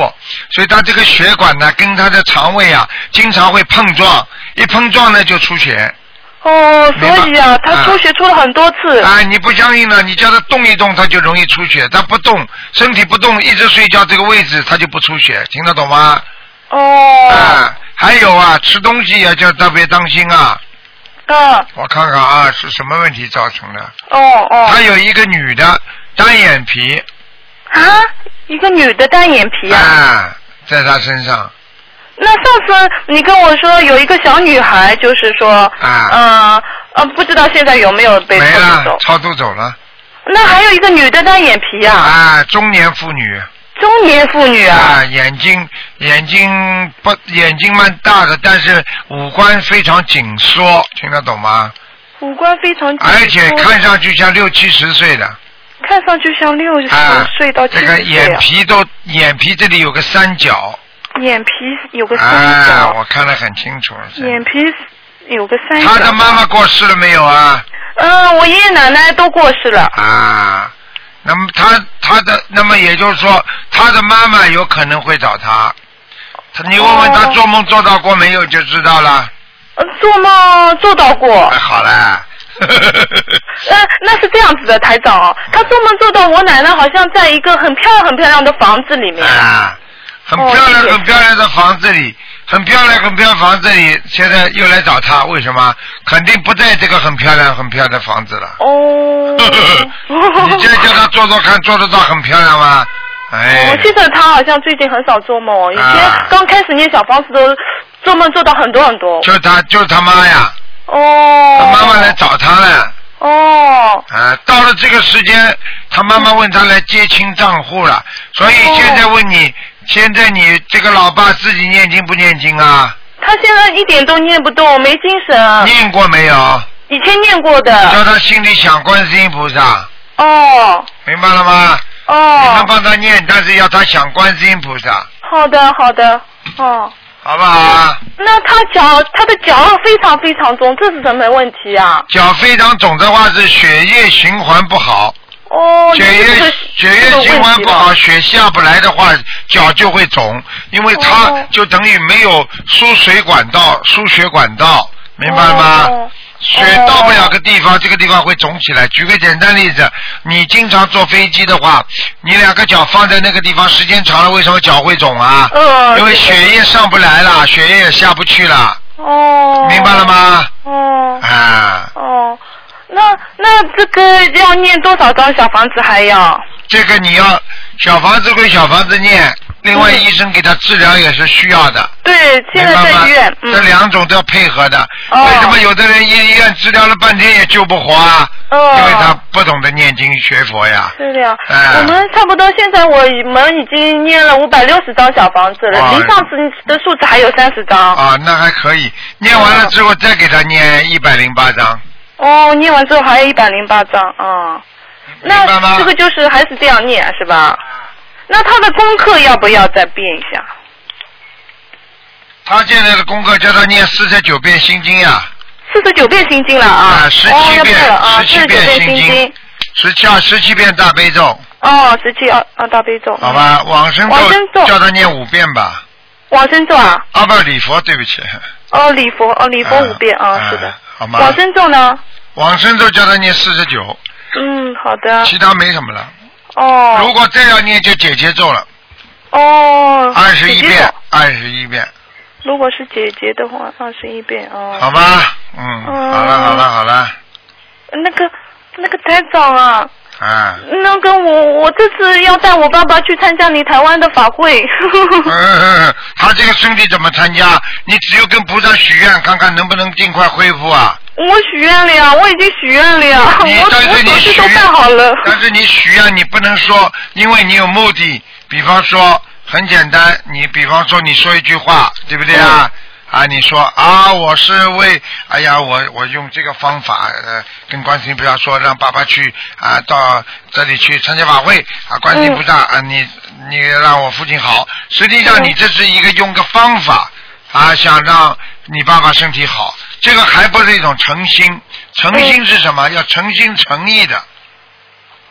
[SPEAKER 1] 所以他这个血管呢跟他的肠胃啊经常会碰撞，一碰撞呢就出血。
[SPEAKER 6] 哦，所以啊
[SPEAKER 1] 明白，
[SPEAKER 6] 他出血出了很多次。
[SPEAKER 1] 啊，你不相信呢？你叫他动一动，他就容易出血；他不动，身体不动，一直睡觉这个位置，他就不出血，听得懂吗？
[SPEAKER 6] 哦，
[SPEAKER 1] 啊，还有啊，吃东西也叫特别当心啊。
[SPEAKER 6] 嗯，
[SPEAKER 1] 我看看啊，是什么问题造成的？
[SPEAKER 6] 哦
[SPEAKER 1] 还
[SPEAKER 6] 哦。
[SPEAKER 1] 有一个女的单眼皮，
[SPEAKER 6] 啊，一个女的单眼皮啊。
[SPEAKER 1] 啊，在她身上，
[SPEAKER 6] 那上次你跟我说有一个小女孩，就是说，
[SPEAKER 1] 啊
[SPEAKER 6] 嗯嗯，不知道现在有没有被
[SPEAKER 1] 没
[SPEAKER 6] 偷
[SPEAKER 1] 了
[SPEAKER 6] 走，。
[SPEAKER 1] 超度走了。
[SPEAKER 6] 那还有一个女的单眼皮啊，
[SPEAKER 1] 啊，中年妇女，
[SPEAKER 6] 中年妇女啊。
[SPEAKER 1] 啊，眼睛眼睛不眼睛蛮大的，但是五官非常紧缩，听得懂吗？
[SPEAKER 6] 五官非常紧
[SPEAKER 1] 而且
[SPEAKER 6] 缩
[SPEAKER 1] 看上去像六七十岁的，
[SPEAKER 6] 看上去像嗯六十
[SPEAKER 1] 啊，
[SPEAKER 6] 岁到七
[SPEAKER 1] 这
[SPEAKER 6] 十
[SPEAKER 1] 个
[SPEAKER 6] 岁
[SPEAKER 1] 眼
[SPEAKER 6] 啊，
[SPEAKER 1] 皮都眼皮这里有个三角，
[SPEAKER 6] 眼皮有个三
[SPEAKER 1] 啊，
[SPEAKER 6] 角，
[SPEAKER 1] 我看得很清楚了。
[SPEAKER 6] 眼皮有个三角。
[SPEAKER 1] 他的妈妈过世了没有啊？
[SPEAKER 6] 嗯，我爷爷奶奶都过世了。
[SPEAKER 1] 啊，那么他他的那么也就是说，他的妈妈有可能会找他，他你问问他
[SPEAKER 6] 哦
[SPEAKER 1] 做梦做到过没有就知道了。
[SPEAKER 6] 呃做梦做 到过。
[SPEAKER 1] 太好 了。
[SPEAKER 6] 呃，那是这样子的，台长，哦他做梦做到我奶奶好像在一个很漂亮、很漂亮的房子 里面。
[SPEAKER 1] 啊，很漂亮、很漂亮的房子里，很漂亮、很漂亮房子里，现在又来找他，为什么？肯定不在这个很漂亮、很漂亮的房子了。
[SPEAKER 6] 哦。
[SPEAKER 1] 你现在叫他做做看，做得到很漂亮吗？哎
[SPEAKER 6] 哦我，记得他好像最近很少做梦哦，以前
[SPEAKER 1] 啊
[SPEAKER 6] 刚开始念小房子都做梦做到很多很多。
[SPEAKER 1] 就他，就他妈呀，
[SPEAKER 6] 哦。
[SPEAKER 1] 他妈妈来。找他了。
[SPEAKER 6] 哦，
[SPEAKER 1] 啊，到了这个时间，他妈妈问他来结清账户了，所以现在问你，现在你这个老爸自己念经不念经啊？
[SPEAKER 6] 他现在一点都念不动，没精神。
[SPEAKER 1] 念过没有？
[SPEAKER 6] 以前念过
[SPEAKER 1] 叫
[SPEAKER 6] 的。
[SPEAKER 1] 他心里想观世音菩萨，
[SPEAKER 6] 哦
[SPEAKER 1] 明白了吗？你能
[SPEAKER 6] 哦，
[SPEAKER 1] 帮他念，但是要他想观世音菩萨，
[SPEAKER 6] 好的好的，哦。
[SPEAKER 1] 好不好啊？
[SPEAKER 6] 那他脚他的脚非常非常重，这是什么问题啊？
[SPEAKER 1] 脚非常肿的话是血液循环不好，
[SPEAKER 6] 哦，
[SPEAKER 1] 血
[SPEAKER 6] 那这
[SPEAKER 1] 液
[SPEAKER 6] 个
[SPEAKER 1] 血液循环不好，血下不来的话，脚就会肿，因为它
[SPEAKER 6] 哦
[SPEAKER 1] 就等于没有输水管道、输血管道，明白吗？
[SPEAKER 6] 哦
[SPEAKER 1] 血到不了个地方，这个地方会肿起来。举个简单例子，你经常坐飞机的话，你两个脚放在那个地方时间长了，为什么脚会肿啊？
[SPEAKER 6] 呃，
[SPEAKER 1] 因为血液上不来了，血液也下不去了，
[SPEAKER 6] 哦，
[SPEAKER 1] 明白了？吗？
[SPEAKER 6] 哦
[SPEAKER 1] 啊，
[SPEAKER 6] 哦，那那这个要念多少张小房子还要？
[SPEAKER 1] 这个你要小房子归小房子念，另外
[SPEAKER 6] 嗯
[SPEAKER 1] 医生给他治疗也是需要的。
[SPEAKER 6] 对，现
[SPEAKER 1] 明
[SPEAKER 6] 在
[SPEAKER 1] 白吗
[SPEAKER 6] 在医院，
[SPEAKER 1] 这
[SPEAKER 6] 嗯，
[SPEAKER 1] 两种都要配合的。
[SPEAKER 6] 哦
[SPEAKER 1] 为什么有的人医医院治疗了半天也救不活啊？因为他
[SPEAKER 6] 哦，
[SPEAKER 1] 不懂得念经学佛呀。
[SPEAKER 6] 是的呀，
[SPEAKER 1] 哎
[SPEAKER 6] 我们差不多现在我们已经念了五百六十张小房子了，
[SPEAKER 1] 哦
[SPEAKER 6] 离上次的数字还有三十张。
[SPEAKER 1] 啊，那还可以。念完了之后再给他念一百零八章，
[SPEAKER 6] 哦，念完之后还有一百零八张啊。
[SPEAKER 1] 明白吗
[SPEAKER 6] 那这？个就是还是这样念是吧？那他的功课要不要再变一下？
[SPEAKER 1] 他现在的功课叫他念四十九遍心经呀，
[SPEAKER 6] 四十九遍心经了啊，
[SPEAKER 1] 啊17
[SPEAKER 6] 哦，要
[SPEAKER 1] 遍
[SPEAKER 6] 背了啊，
[SPEAKER 1] 17
[SPEAKER 6] 四十九遍
[SPEAKER 1] 遍心
[SPEAKER 6] 心
[SPEAKER 1] 经，十七啊十七遍大悲咒，
[SPEAKER 6] 哦，十七二二大悲咒，
[SPEAKER 1] 好，吧？往生
[SPEAKER 6] 往生
[SPEAKER 1] 咒
[SPEAKER 6] 咒
[SPEAKER 1] 叫他念五遍吧。
[SPEAKER 6] 往生咒啊，
[SPEAKER 1] 阿不礼佛，对不起。
[SPEAKER 6] 哦，礼佛，哦，礼佛五遍啊，
[SPEAKER 1] 嗯
[SPEAKER 6] 是的，
[SPEAKER 1] 好吗？
[SPEAKER 6] 往生咒呢？
[SPEAKER 1] 往生咒叫他念四十九，
[SPEAKER 6] 嗯，好的，
[SPEAKER 1] 其他没什么了。如
[SPEAKER 6] 哦，
[SPEAKER 1] 果再要念就姐姐咒了，
[SPEAKER 6] 哦，
[SPEAKER 1] 二十一
[SPEAKER 6] 姐姐
[SPEAKER 1] 遍
[SPEAKER 6] 咒，
[SPEAKER 1] 二十一遍，
[SPEAKER 6] 如果是姐姐的话，二十一遍啊，
[SPEAKER 1] 好吧？嗯，
[SPEAKER 6] 嗯
[SPEAKER 1] 好了好了好了，
[SPEAKER 6] 那个那个台长啊，
[SPEAKER 1] 啊。
[SPEAKER 6] 那个我我这次要带我爸爸去参加你台湾的法会。
[SPEAKER 1] 哎嗯，他这个身体怎么参加？你只有跟菩萨许愿，看看能不能尽快恢复啊！
[SPEAKER 6] 我许愿了呀，我已经许愿了呀，
[SPEAKER 1] 你
[SPEAKER 6] 我
[SPEAKER 1] 但
[SPEAKER 6] 我
[SPEAKER 1] 是你
[SPEAKER 6] 手
[SPEAKER 1] 许
[SPEAKER 6] 续都办好了。
[SPEAKER 1] 但是你许愿，你不能说，因为你有目的。比方说，很简单，你比方说你说一句话，对不对啊？
[SPEAKER 6] 嗯
[SPEAKER 1] 啊，你说啊，我是为，哎呀，我我用这个方法，呃，跟观世音菩萨说，让爸爸去啊，到这里去参加法会啊，观
[SPEAKER 6] 嗯
[SPEAKER 1] 世音菩萨啊，你你让我父亲好。实际
[SPEAKER 6] 嗯
[SPEAKER 1] 上，你这是一个用个方法啊，想让你爸爸身体好，这个还不是一种诚心。诚心是什么？要诚心诚意的。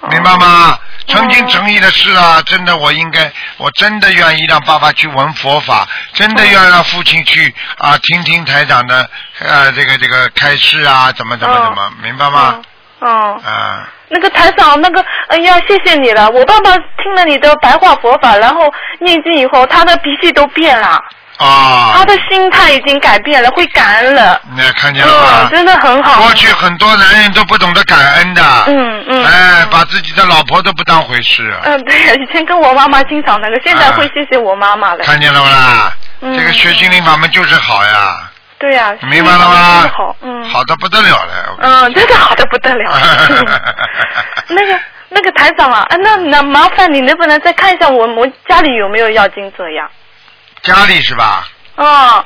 [SPEAKER 6] 哦
[SPEAKER 1] 明白吗？诚心诚意的事啊，真的，我应该，我真的愿意让爸爸去闻佛法，真的愿意让父亲去啊，听听台长的呃，这个这个开示啊，怎么怎么怎
[SPEAKER 6] 哦
[SPEAKER 1] 么，明白吗？
[SPEAKER 6] 嗯，
[SPEAKER 1] 啊，
[SPEAKER 6] 那个台长，那个，哎呀，谢谢你了。我爸爸听了你的白话佛法，然后念经以后，他的脾气都变了，他
[SPEAKER 1] 啊，
[SPEAKER 6] 的心态已经改变了，会感恩了。
[SPEAKER 1] 你看见了
[SPEAKER 6] 嗯，
[SPEAKER 1] 吧？
[SPEAKER 6] 真的很好。
[SPEAKER 1] 过去很多男人都不懂得感恩的，
[SPEAKER 6] 嗯嗯。
[SPEAKER 1] 哎，把自己的老婆都不当回事，
[SPEAKER 6] 嗯，对，以前跟我妈妈经常那个，现在
[SPEAKER 1] 啊
[SPEAKER 6] 会谢谢我妈妈了。
[SPEAKER 1] 看见了不啦？
[SPEAKER 6] 嗯
[SPEAKER 1] 这个学心灵法门就是好呀，
[SPEAKER 6] 对呀、
[SPEAKER 1] 你明白了
[SPEAKER 6] 真
[SPEAKER 1] 吗
[SPEAKER 6] 的好，？嗯，，
[SPEAKER 1] 好的不得了了，我跟你
[SPEAKER 6] 嗯，真的好的不得了。 那个那个台长啊，啊那那麻烦你能不能再看一下我我家里有没有要金者呀？
[SPEAKER 1] 家里是吧？
[SPEAKER 6] 啊、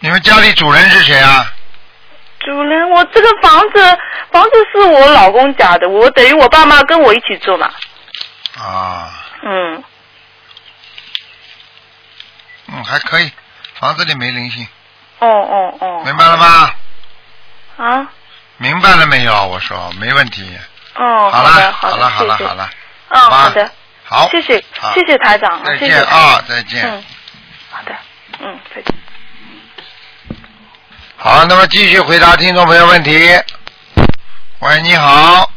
[SPEAKER 1] 你们家里主人是谁啊？
[SPEAKER 6] 主人，我这个房子房子是我老公家的，我等于我爸妈跟我一起住嘛。
[SPEAKER 1] 啊，
[SPEAKER 6] 嗯，
[SPEAKER 1] 嗯，还可以，房子里没灵性，
[SPEAKER 6] 哦哦哦，
[SPEAKER 1] 明白了吗？
[SPEAKER 6] 啊，
[SPEAKER 1] 明白了没有？我说没问题。
[SPEAKER 6] 哦，
[SPEAKER 1] 了，
[SPEAKER 6] 的
[SPEAKER 1] 好
[SPEAKER 6] 好
[SPEAKER 1] 了，
[SPEAKER 6] 的，
[SPEAKER 1] 好了，
[SPEAKER 6] 谢谢
[SPEAKER 1] 好，了，
[SPEAKER 6] 嗯，
[SPEAKER 1] 吧
[SPEAKER 6] 好的，
[SPEAKER 1] 好，
[SPEAKER 6] 谢谢
[SPEAKER 1] 好
[SPEAKER 6] 谢谢台长，
[SPEAKER 1] 再
[SPEAKER 6] 谢
[SPEAKER 1] 见
[SPEAKER 6] 谢
[SPEAKER 1] 啊，再见。
[SPEAKER 6] 嗯，好的，嗯，再见。
[SPEAKER 1] 好，那么继续回答听众朋友问题。喂，你好。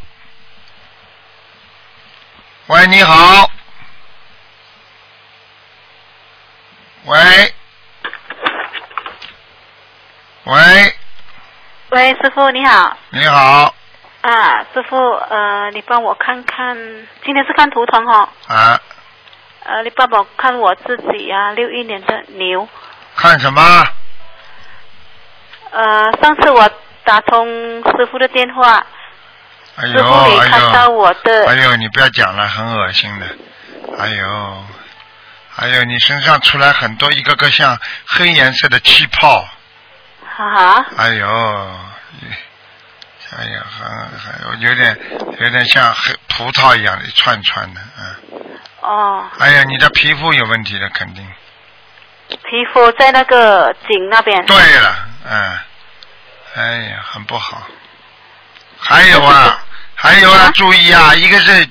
[SPEAKER 1] 喂，你好。喂。喂，
[SPEAKER 7] 喂，师傅你好
[SPEAKER 1] 你好
[SPEAKER 7] 啊，师傅，呃，你帮我看看，今天是看图腾哦，
[SPEAKER 1] 啊，
[SPEAKER 7] 呃，你帮我看我自己啊，六一年的牛，
[SPEAKER 1] 看什么？
[SPEAKER 7] 呃，上次我打通师傅的电话，
[SPEAKER 1] 哎
[SPEAKER 7] 师
[SPEAKER 1] 呦，
[SPEAKER 7] 傅你看
[SPEAKER 1] 哎
[SPEAKER 7] 到
[SPEAKER 1] 呦，
[SPEAKER 7] 我的，
[SPEAKER 1] 哎呦，你不要讲了，很恶心的。哎呦，哎呦，你身上出来很多一个个像黑颜色的气泡。
[SPEAKER 7] 哈哈，
[SPEAKER 1] 哎呦，哎呀，很很有点有点像黑葡萄一样一串串的，嗯。
[SPEAKER 7] 哦，
[SPEAKER 1] 哎呀，你的皮肤有问题的，肯定。
[SPEAKER 7] 皮肤在那个颈那边，
[SPEAKER 1] 对了，嗯。哎呀，很不好。还有啊，还有啊，
[SPEAKER 7] 啊
[SPEAKER 1] 注意啊，一个是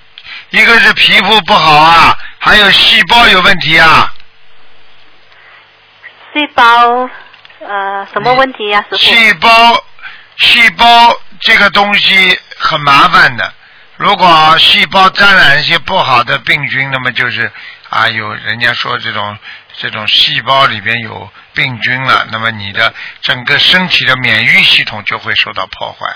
[SPEAKER 1] 一个是皮肤不好啊，还有细胞有问题啊。
[SPEAKER 7] 细胞，呃，什么问题呀、师傅？
[SPEAKER 1] 细胞，细胞这个东西很麻烦的。如果细胞沾染一些不好的病菌，那么就是啊，有人家说这种这种细胞里边有病菌了，那么你的整个身体的免疫系统就会受到破坏。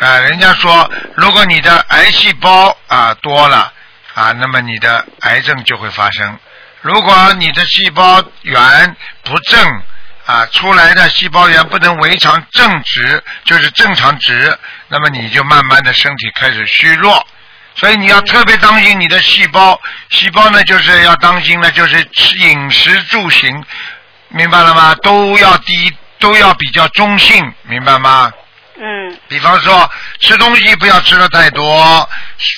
[SPEAKER 1] 啊，人家说，如果你的癌细胞啊多了啊，那么你的癌症就会发生。如果你的细胞源不正啊，出来的细胞源不能维常正值，就是正常值，那么你就慢慢的身体开始虚弱。所以你要特别当心你的细胞，细胞呢就是要当心呢，就是吃饮食住行，明白了吗？都要低，都要比较中性，明白吗？
[SPEAKER 7] 嗯
[SPEAKER 1] 比方说，吃东西不要吃的太多，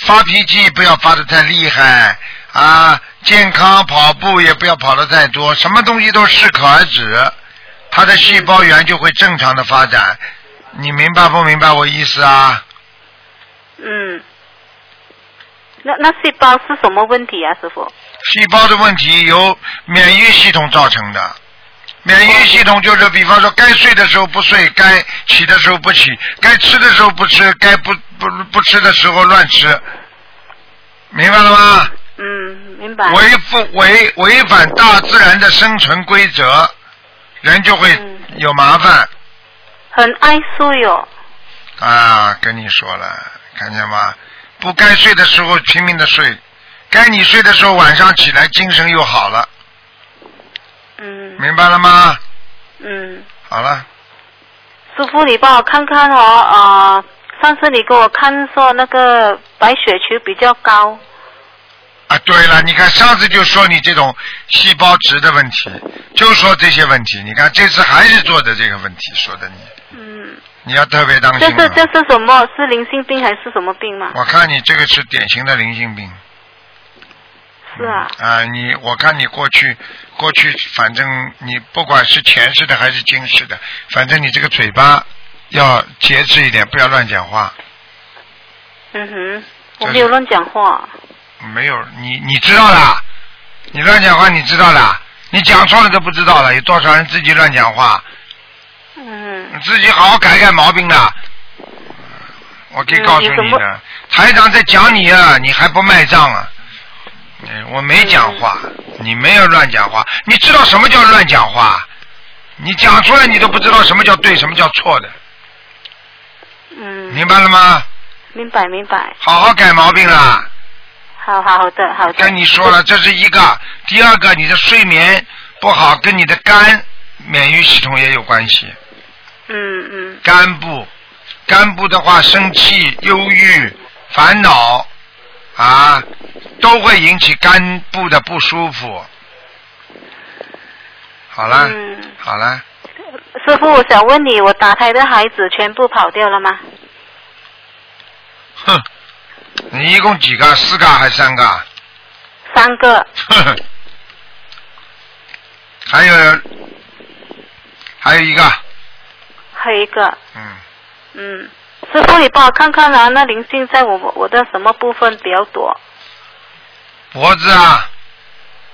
[SPEAKER 1] 发脾气不要发的太厉害啊，健康跑步也不要跑的太多，什么东西都适可而止，它的细胞源就会正常的发展。你明白不明白我意思啊？
[SPEAKER 7] 嗯，那那细胞是什么问题呀、师傅？
[SPEAKER 1] 细胞的问题由免疫系统造成的。免疫系统就是，比方说，该睡的时候不睡，该起的时候不起，该吃的时候不吃，该不不不吃的时候乱吃，明白了吗？
[SPEAKER 7] 嗯，明白。
[SPEAKER 1] 违复违违反大自然的生存规则，人就会
[SPEAKER 7] 嗯
[SPEAKER 1] 有麻烦
[SPEAKER 7] 很爱睡哟、
[SPEAKER 1] 啊！跟你说了，看见吗？不该睡的时候拼命的睡，该你睡的时候晚上起来精神又好了，
[SPEAKER 7] 嗯
[SPEAKER 1] 明白了吗？
[SPEAKER 7] 嗯。
[SPEAKER 1] 好了，
[SPEAKER 7] 师傅，你帮我看看哦，
[SPEAKER 6] 呃
[SPEAKER 7] 啊、上次你给我看说那个白血球比较高，
[SPEAKER 1] 啊，对了，你看上次就说你这种细胞值的问题，就说这些问题，你看这次还是做的这个问题，说的你，
[SPEAKER 7] 嗯，
[SPEAKER 1] 你要特别当
[SPEAKER 7] 这
[SPEAKER 1] 心
[SPEAKER 7] 是
[SPEAKER 1] 了。
[SPEAKER 7] 这是什么？是灵性病还是什么病吗？
[SPEAKER 1] 我看你这个是典型的灵性病。
[SPEAKER 7] 是啊，
[SPEAKER 1] 啊、你我看你过去过去，反正你不管是前世的还是今世的，反正你这个嘴巴要节制一点，不要乱讲话。
[SPEAKER 7] 嗯哼，我
[SPEAKER 1] 这是
[SPEAKER 7] 没有乱讲话，
[SPEAKER 1] 没有你，你知道啦，你乱讲话，你知道啦，你讲错了都不知道了，有多少人自己乱讲话，
[SPEAKER 7] 嗯
[SPEAKER 1] 你自己好好改改毛病啦。我可以告诉
[SPEAKER 7] 嗯你
[SPEAKER 1] 你
[SPEAKER 7] 怎
[SPEAKER 1] 的，台长在讲你啊，你还不卖账啊？哎，我没讲话，
[SPEAKER 7] 嗯
[SPEAKER 1] 你没有乱讲话，你知道什么叫乱讲话？你讲出来你都不知道什么叫对，什么叫错的，
[SPEAKER 7] 嗯，
[SPEAKER 1] 明白了吗？
[SPEAKER 7] 明白明白，
[SPEAKER 1] 好好改毛病啦。
[SPEAKER 7] 好好好的好的，
[SPEAKER 1] 跟你说了，这是一个，第二个你的睡眠不好，跟你的肝免疫系统也有关系。
[SPEAKER 7] 嗯嗯
[SPEAKER 1] 肝部，肝部的话，生气、忧郁、烦恼啊，都会引起肝部的不舒服。好了，
[SPEAKER 7] 嗯，
[SPEAKER 1] 好了，
[SPEAKER 7] 师傅，我想问你，我打胎的孩子全部跑掉了吗？
[SPEAKER 1] 哼，你一共几个？四个还是三个？
[SPEAKER 7] 三个，
[SPEAKER 1] 呵呵，还有，还有一个，
[SPEAKER 7] 还有一个，
[SPEAKER 1] 嗯，
[SPEAKER 7] 嗯，师傅，你帮我看看啊，那灵性在我我的什么部分比较多？
[SPEAKER 1] 脖子啊，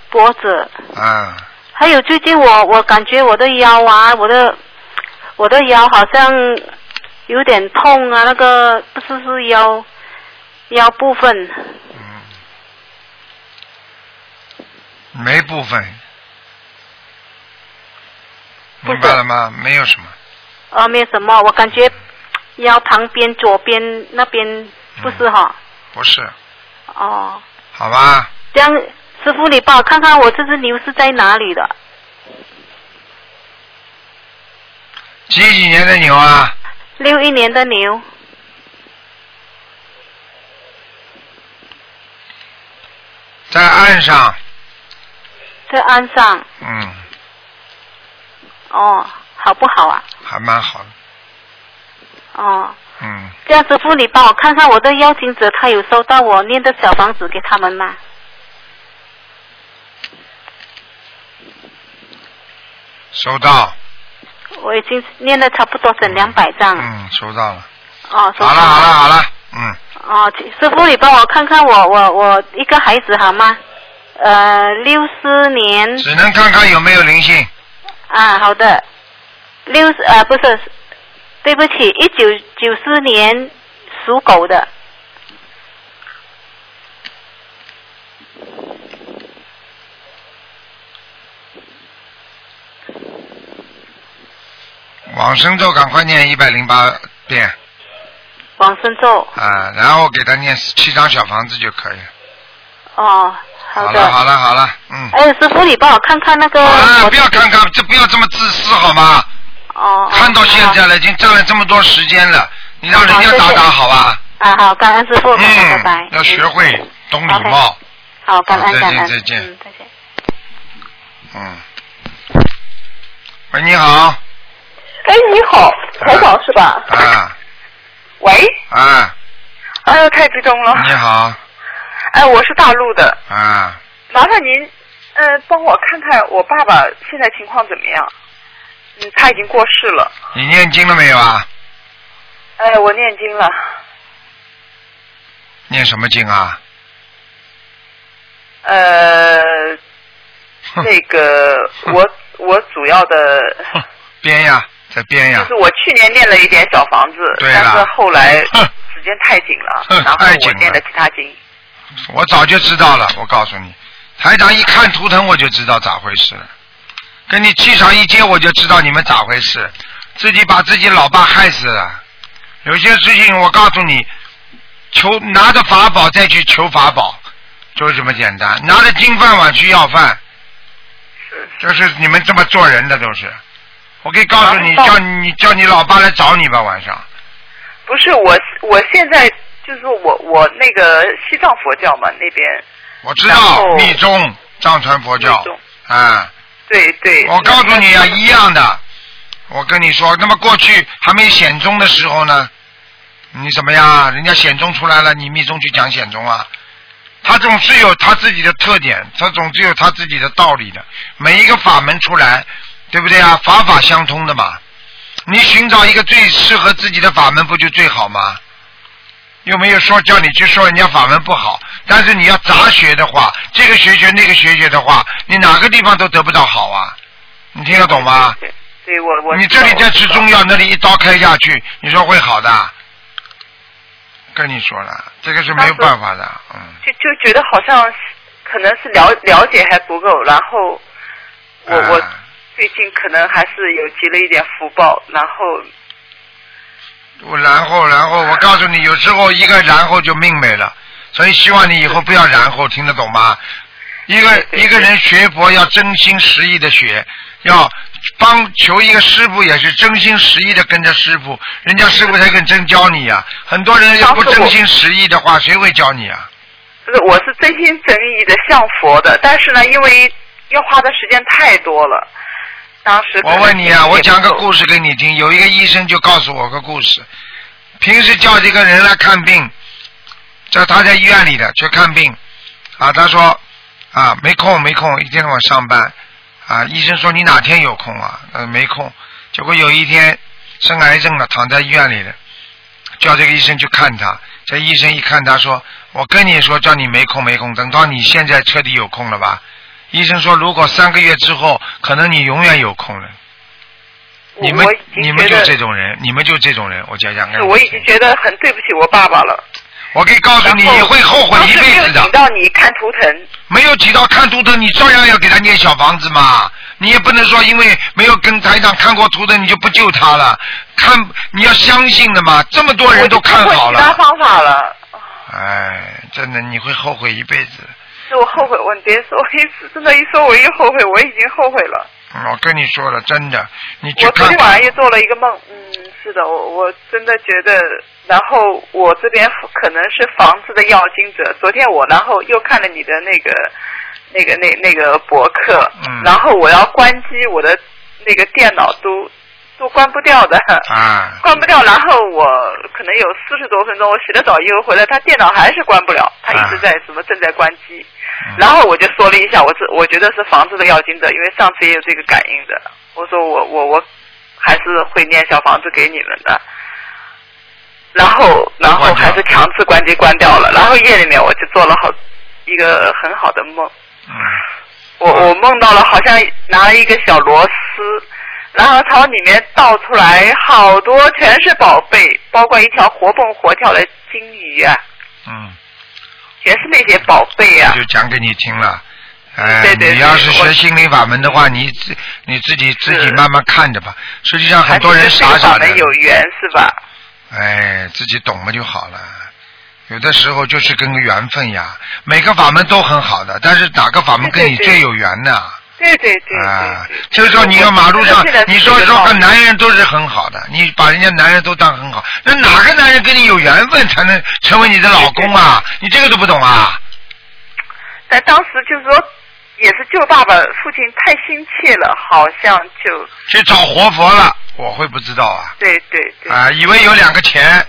[SPEAKER 6] 脖子，
[SPEAKER 1] 啊，
[SPEAKER 6] 还有最近我我感觉我的腰啊，我的我的腰好像有点痛啊，那个不是是腰腰部分，
[SPEAKER 1] 嗯眉部分，明白了吗？没有什么，
[SPEAKER 6] 呃，没有什么，我感觉腰旁边左边那边不是哈，
[SPEAKER 1] 嗯不是，
[SPEAKER 6] 哦，
[SPEAKER 1] 好吧？
[SPEAKER 6] 这样师傅你帮我看看我这只牛是在哪里的？
[SPEAKER 1] 几几年的牛啊？
[SPEAKER 6] 六一年的牛，
[SPEAKER 1] 在岸上，
[SPEAKER 6] 在岸上，
[SPEAKER 1] 嗯，
[SPEAKER 6] 哦，好不好啊？
[SPEAKER 1] 还蛮好的，
[SPEAKER 6] 哦，
[SPEAKER 1] 嗯，
[SPEAKER 6] 这样师傅你帮我看看我的邀请者，他有收到我念的小房子给他们吗？
[SPEAKER 1] 收到，
[SPEAKER 6] 我已经念了差不多整两百张了。
[SPEAKER 1] 嗯，收到了。
[SPEAKER 6] 哦，收
[SPEAKER 1] 好了
[SPEAKER 6] 到
[SPEAKER 1] 好了好了，嗯，
[SPEAKER 6] 哦，请师傅，你帮我看看我我我一个孩子好吗？呃，六四年
[SPEAKER 1] 只能看看有没有灵性。
[SPEAKER 6] 啊，好的，六呃不是，对不起，一九九四年属狗的
[SPEAKER 1] 往生咒赶快念一百零八遍
[SPEAKER 6] 往生咒。
[SPEAKER 1] 啊，然后给他念七张小房子就可以了。
[SPEAKER 6] 哦，
[SPEAKER 1] 好
[SPEAKER 6] 的。
[SPEAKER 1] 了好了好了，嗯。
[SPEAKER 6] 哎，师傅，你帮我看看那个
[SPEAKER 1] 啊，不要看看，这不要这么自私好吗？
[SPEAKER 6] 哦。
[SPEAKER 1] 看到现在了，已经占了这么多时间了，你让人家打打好吧？
[SPEAKER 6] 啊，好，感恩师傅，感恩拜拜
[SPEAKER 1] 嗯，。要学会懂礼貌。
[SPEAKER 6] 好，感
[SPEAKER 1] 好
[SPEAKER 6] 恩
[SPEAKER 1] 再
[SPEAKER 6] 感
[SPEAKER 1] 见
[SPEAKER 6] 恩，
[SPEAKER 1] 再见
[SPEAKER 6] 嗯，再见。
[SPEAKER 1] 嗯。喂，你好。
[SPEAKER 3] 哎，你好，台长是吧？
[SPEAKER 1] 啊
[SPEAKER 3] 喂，
[SPEAKER 1] 啊，
[SPEAKER 3] 哎呦，太激动了。
[SPEAKER 1] 你好
[SPEAKER 3] 哎，我是大陆的，
[SPEAKER 1] 啊，
[SPEAKER 3] 麻烦您，呃，帮我看看我爸爸现在情况怎么样？嗯，他已经过世了。
[SPEAKER 1] 你念经了没有啊？
[SPEAKER 3] 哎，我念经了，
[SPEAKER 1] 念什么经啊？
[SPEAKER 3] 呃， 那个我我主要的
[SPEAKER 1] 编呀，在编
[SPEAKER 3] 就
[SPEAKER 1] 呀
[SPEAKER 3] 是。我去年练了一点小房子，
[SPEAKER 1] 啊对
[SPEAKER 3] 但是
[SPEAKER 1] 了
[SPEAKER 3] 后来
[SPEAKER 1] 哼
[SPEAKER 3] 时间太紧了，
[SPEAKER 1] 哼
[SPEAKER 3] 然后
[SPEAKER 1] 太紧
[SPEAKER 3] 我练
[SPEAKER 1] 了
[SPEAKER 3] 了其他经。
[SPEAKER 1] 我早就知道了，我告诉你，台长一看图腾我就知道咋回事了，跟你气场一接我就知道你们咋回事，自己把自己老爸害死了。有些事情我告诉你，求拿着法宝再去求法宝，就是这么简单。拿着金饭碗去要饭，就是你们这么做人的都是。我可以告诉你，
[SPEAKER 3] 啊
[SPEAKER 1] 叫你叫你老爸来找你吧，晚上。
[SPEAKER 3] 不是我，我现在就是说我我那个西藏佛教嘛那边，
[SPEAKER 1] 我知
[SPEAKER 3] 然
[SPEAKER 1] 道
[SPEAKER 3] 后
[SPEAKER 1] 密宗藏传佛教
[SPEAKER 3] 密宗
[SPEAKER 1] 啊。
[SPEAKER 3] 对对。
[SPEAKER 1] 我告诉你啊，
[SPEAKER 3] 那
[SPEAKER 1] 一样的。我跟你说，那么过去还没显宗的时候呢，你怎么样啊？人家显宗出来了，你密宗去讲显宗啊？他总是有他自己的特点，他总是有他自己的道理的。每一个法门出来，对不对啊？法法相通的嘛。你寻找一个最适合自己的法门，不就最好吗？又没有说叫你去说人家法门不好，但是你要杂学的话，这个学学那个学学的话，你哪个地方都得不到好啊？你听得懂吗？
[SPEAKER 3] 对，对我我
[SPEAKER 1] 你这里在吃中药，那里一刀开下去，你说会好的？跟你说了，这个是没有办法的，嗯。
[SPEAKER 3] 就就觉得好像可能是了了解还不够，然后我、我
[SPEAKER 1] 啊
[SPEAKER 3] 最近可能还是有积了一点福报，然后
[SPEAKER 1] 我然后然后我告诉你，有时候一个然后就命没了，所以希望你以后不要然后，听得懂吗？一个一个人学佛要真心实意的学，要帮求一个师傅也是真心实意的跟着师傅，人家师傅才肯真教你啊。很多人要不真心实意的话，谁会教你啊？
[SPEAKER 3] 就是我是真心真意的向佛的，但是呢，因为要花的时间太多了，当时
[SPEAKER 1] 我问你啊，我讲个故
[SPEAKER 3] 事，
[SPEAKER 1] 事给你听。有一个医生就告诉我个故事，平时叫这个人来看病，叫他在医院里的去看病，啊，他说啊没空没空，一天到晚上班，啊，医生说你哪天有空啊？呃，没空。结果有一天生癌症了，躺在医院里了，叫这个医生去看他。这医生一看他说：“我跟你说，叫你没空没空，等到你现在彻底有空了吧？”医生说：“如果三个月之后，可能你永远有空了。”
[SPEAKER 8] 我
[SPEAKER 1] 你们
[SPEAKER 8] 我已经
[SPEAKER 1] 你们
[SPEAKER 8] 觉
[SPEAKER 1] 就
[SPEAKER 8] 得
[SPEAKER 1] 这种人，你们就这种人，我讲讲看。
[SPEAKER 8] 我已经觉得很对不起我爸爸了。
[SPEAKER 1] 我可以告诉你，
[SPEAKER 8] 然后
[SPEAKER 1] 你会后悔一辈子
[SPEAKER 8] 当时没有
[SPEAKER 1] 的
[SPEAKER 8] 请。到你看图腾，
[SPEAKER 1] 没有挤到看图腾，你照样要给他念小房子嘛。你也不能说因为没有跟台长看过图腾，你就不救他了。看你要相信的嘛，这么多人都看好
[SPEAKER 8] 我就通过其他
[SPEAKER 1] 了。
[SPEAKER 8] 方法了。
[SPEAKER 1] 哎，真的你会后悔一辈子。
[SPEAKER 8] 是我后悔，我你别说，我一次真的，一说我又后悔，我已经后悔了。
[SPEAKER 1] 嗯我跟你说了，真的，你去
[SPEAKER 8] 我昨
[SPEAKER 1] 看
[SPEAKER 8] 天晚上又做了一个梦，嗯，是的，我我真的觉得，然后我这边可能是房子的要经者。昨天我然后又看了你的那个那个那那个博客，
[SPEAKER 1] 嗯
[SPEAKER 8] 然后我要关机我的那个电脑都都关不掉的。
[SPEAKER 1] 啊，
[SPEAKER 8] 关不掉，然后我可能有四十多分钟，我洗了澡以后回来，他电脑还是关不了，他一直在什么正在关机。
[SPEAKER 1] 嗯
[SPEAKER 8] 然后我就说了一下，我是我觉得是房子的要经者，因为上次也有这个感应的。我说我我我还是会念小房子给你们的。然后然后还是强制关机关掉了。然后夜里面我就做了好一个很好的梦，
[SPEAKER 1] 嗯
[SPEAKER 8] 我我梦到了好像拿了一个小螺丝，然后朝里面倒出来好多全是宝贝，包括一条活蹦活跳的金鱼啊，
[SPEAKER 1] 嗯，
[SPEAKER 8] 全是那些宝贝啊
[SPEAKER 1] 我。就讲给你听了。哎，
[SPEAKER 8] 对对对
[SPEAKER 1] 你要是
[SPEAKER 8] 我
[SPEAKER 1] 学心灵法门的话，你自你自己自己
[SPEAKER 8] 是
[SPEAKER 1] 慢慢看着吧。实际上很多人
[SPEAKER 8] 还是跟这
[SPEAKER 1] 傻
[SPEAKER 8] 个
[SPEAKER 1] 傻
[SPEAKER 8] 法
[SPEAKER 1] 的
[SPEAKER 8] 门，有缘是吧？
[SPEAKER 1] 哎，自己懂了就好了。有的时候就是跟个缘分呀，每个法门都很好的，但是哪个法门跟你
[SPEAKER 8] 对对对
[SPEAKER 1] 最有缘呢？
[SPEAKER 8] 对对对
[SPEAKER 1] 啊
[SPEAKER 8] 对，
[SPEAKER 1] 就是说你看马路上，你说说个
[SPEAKER 8] 很难。
[SPEAKER 1] 男人都是很好的，你把人家男人都当很好，那哪个男人跟你有缘分才能成为你的老公啊？你这个都不懂啊？
[SPEAKER 8] 但当时就是说，也是救爸爸，父亲太心切了，好像就
[SPEAKER 1] 去找活佛了，我会不知道啊？
[SPEAKER 8] 对对对。
[SPEAKER 1] 啊，以为有两个钱。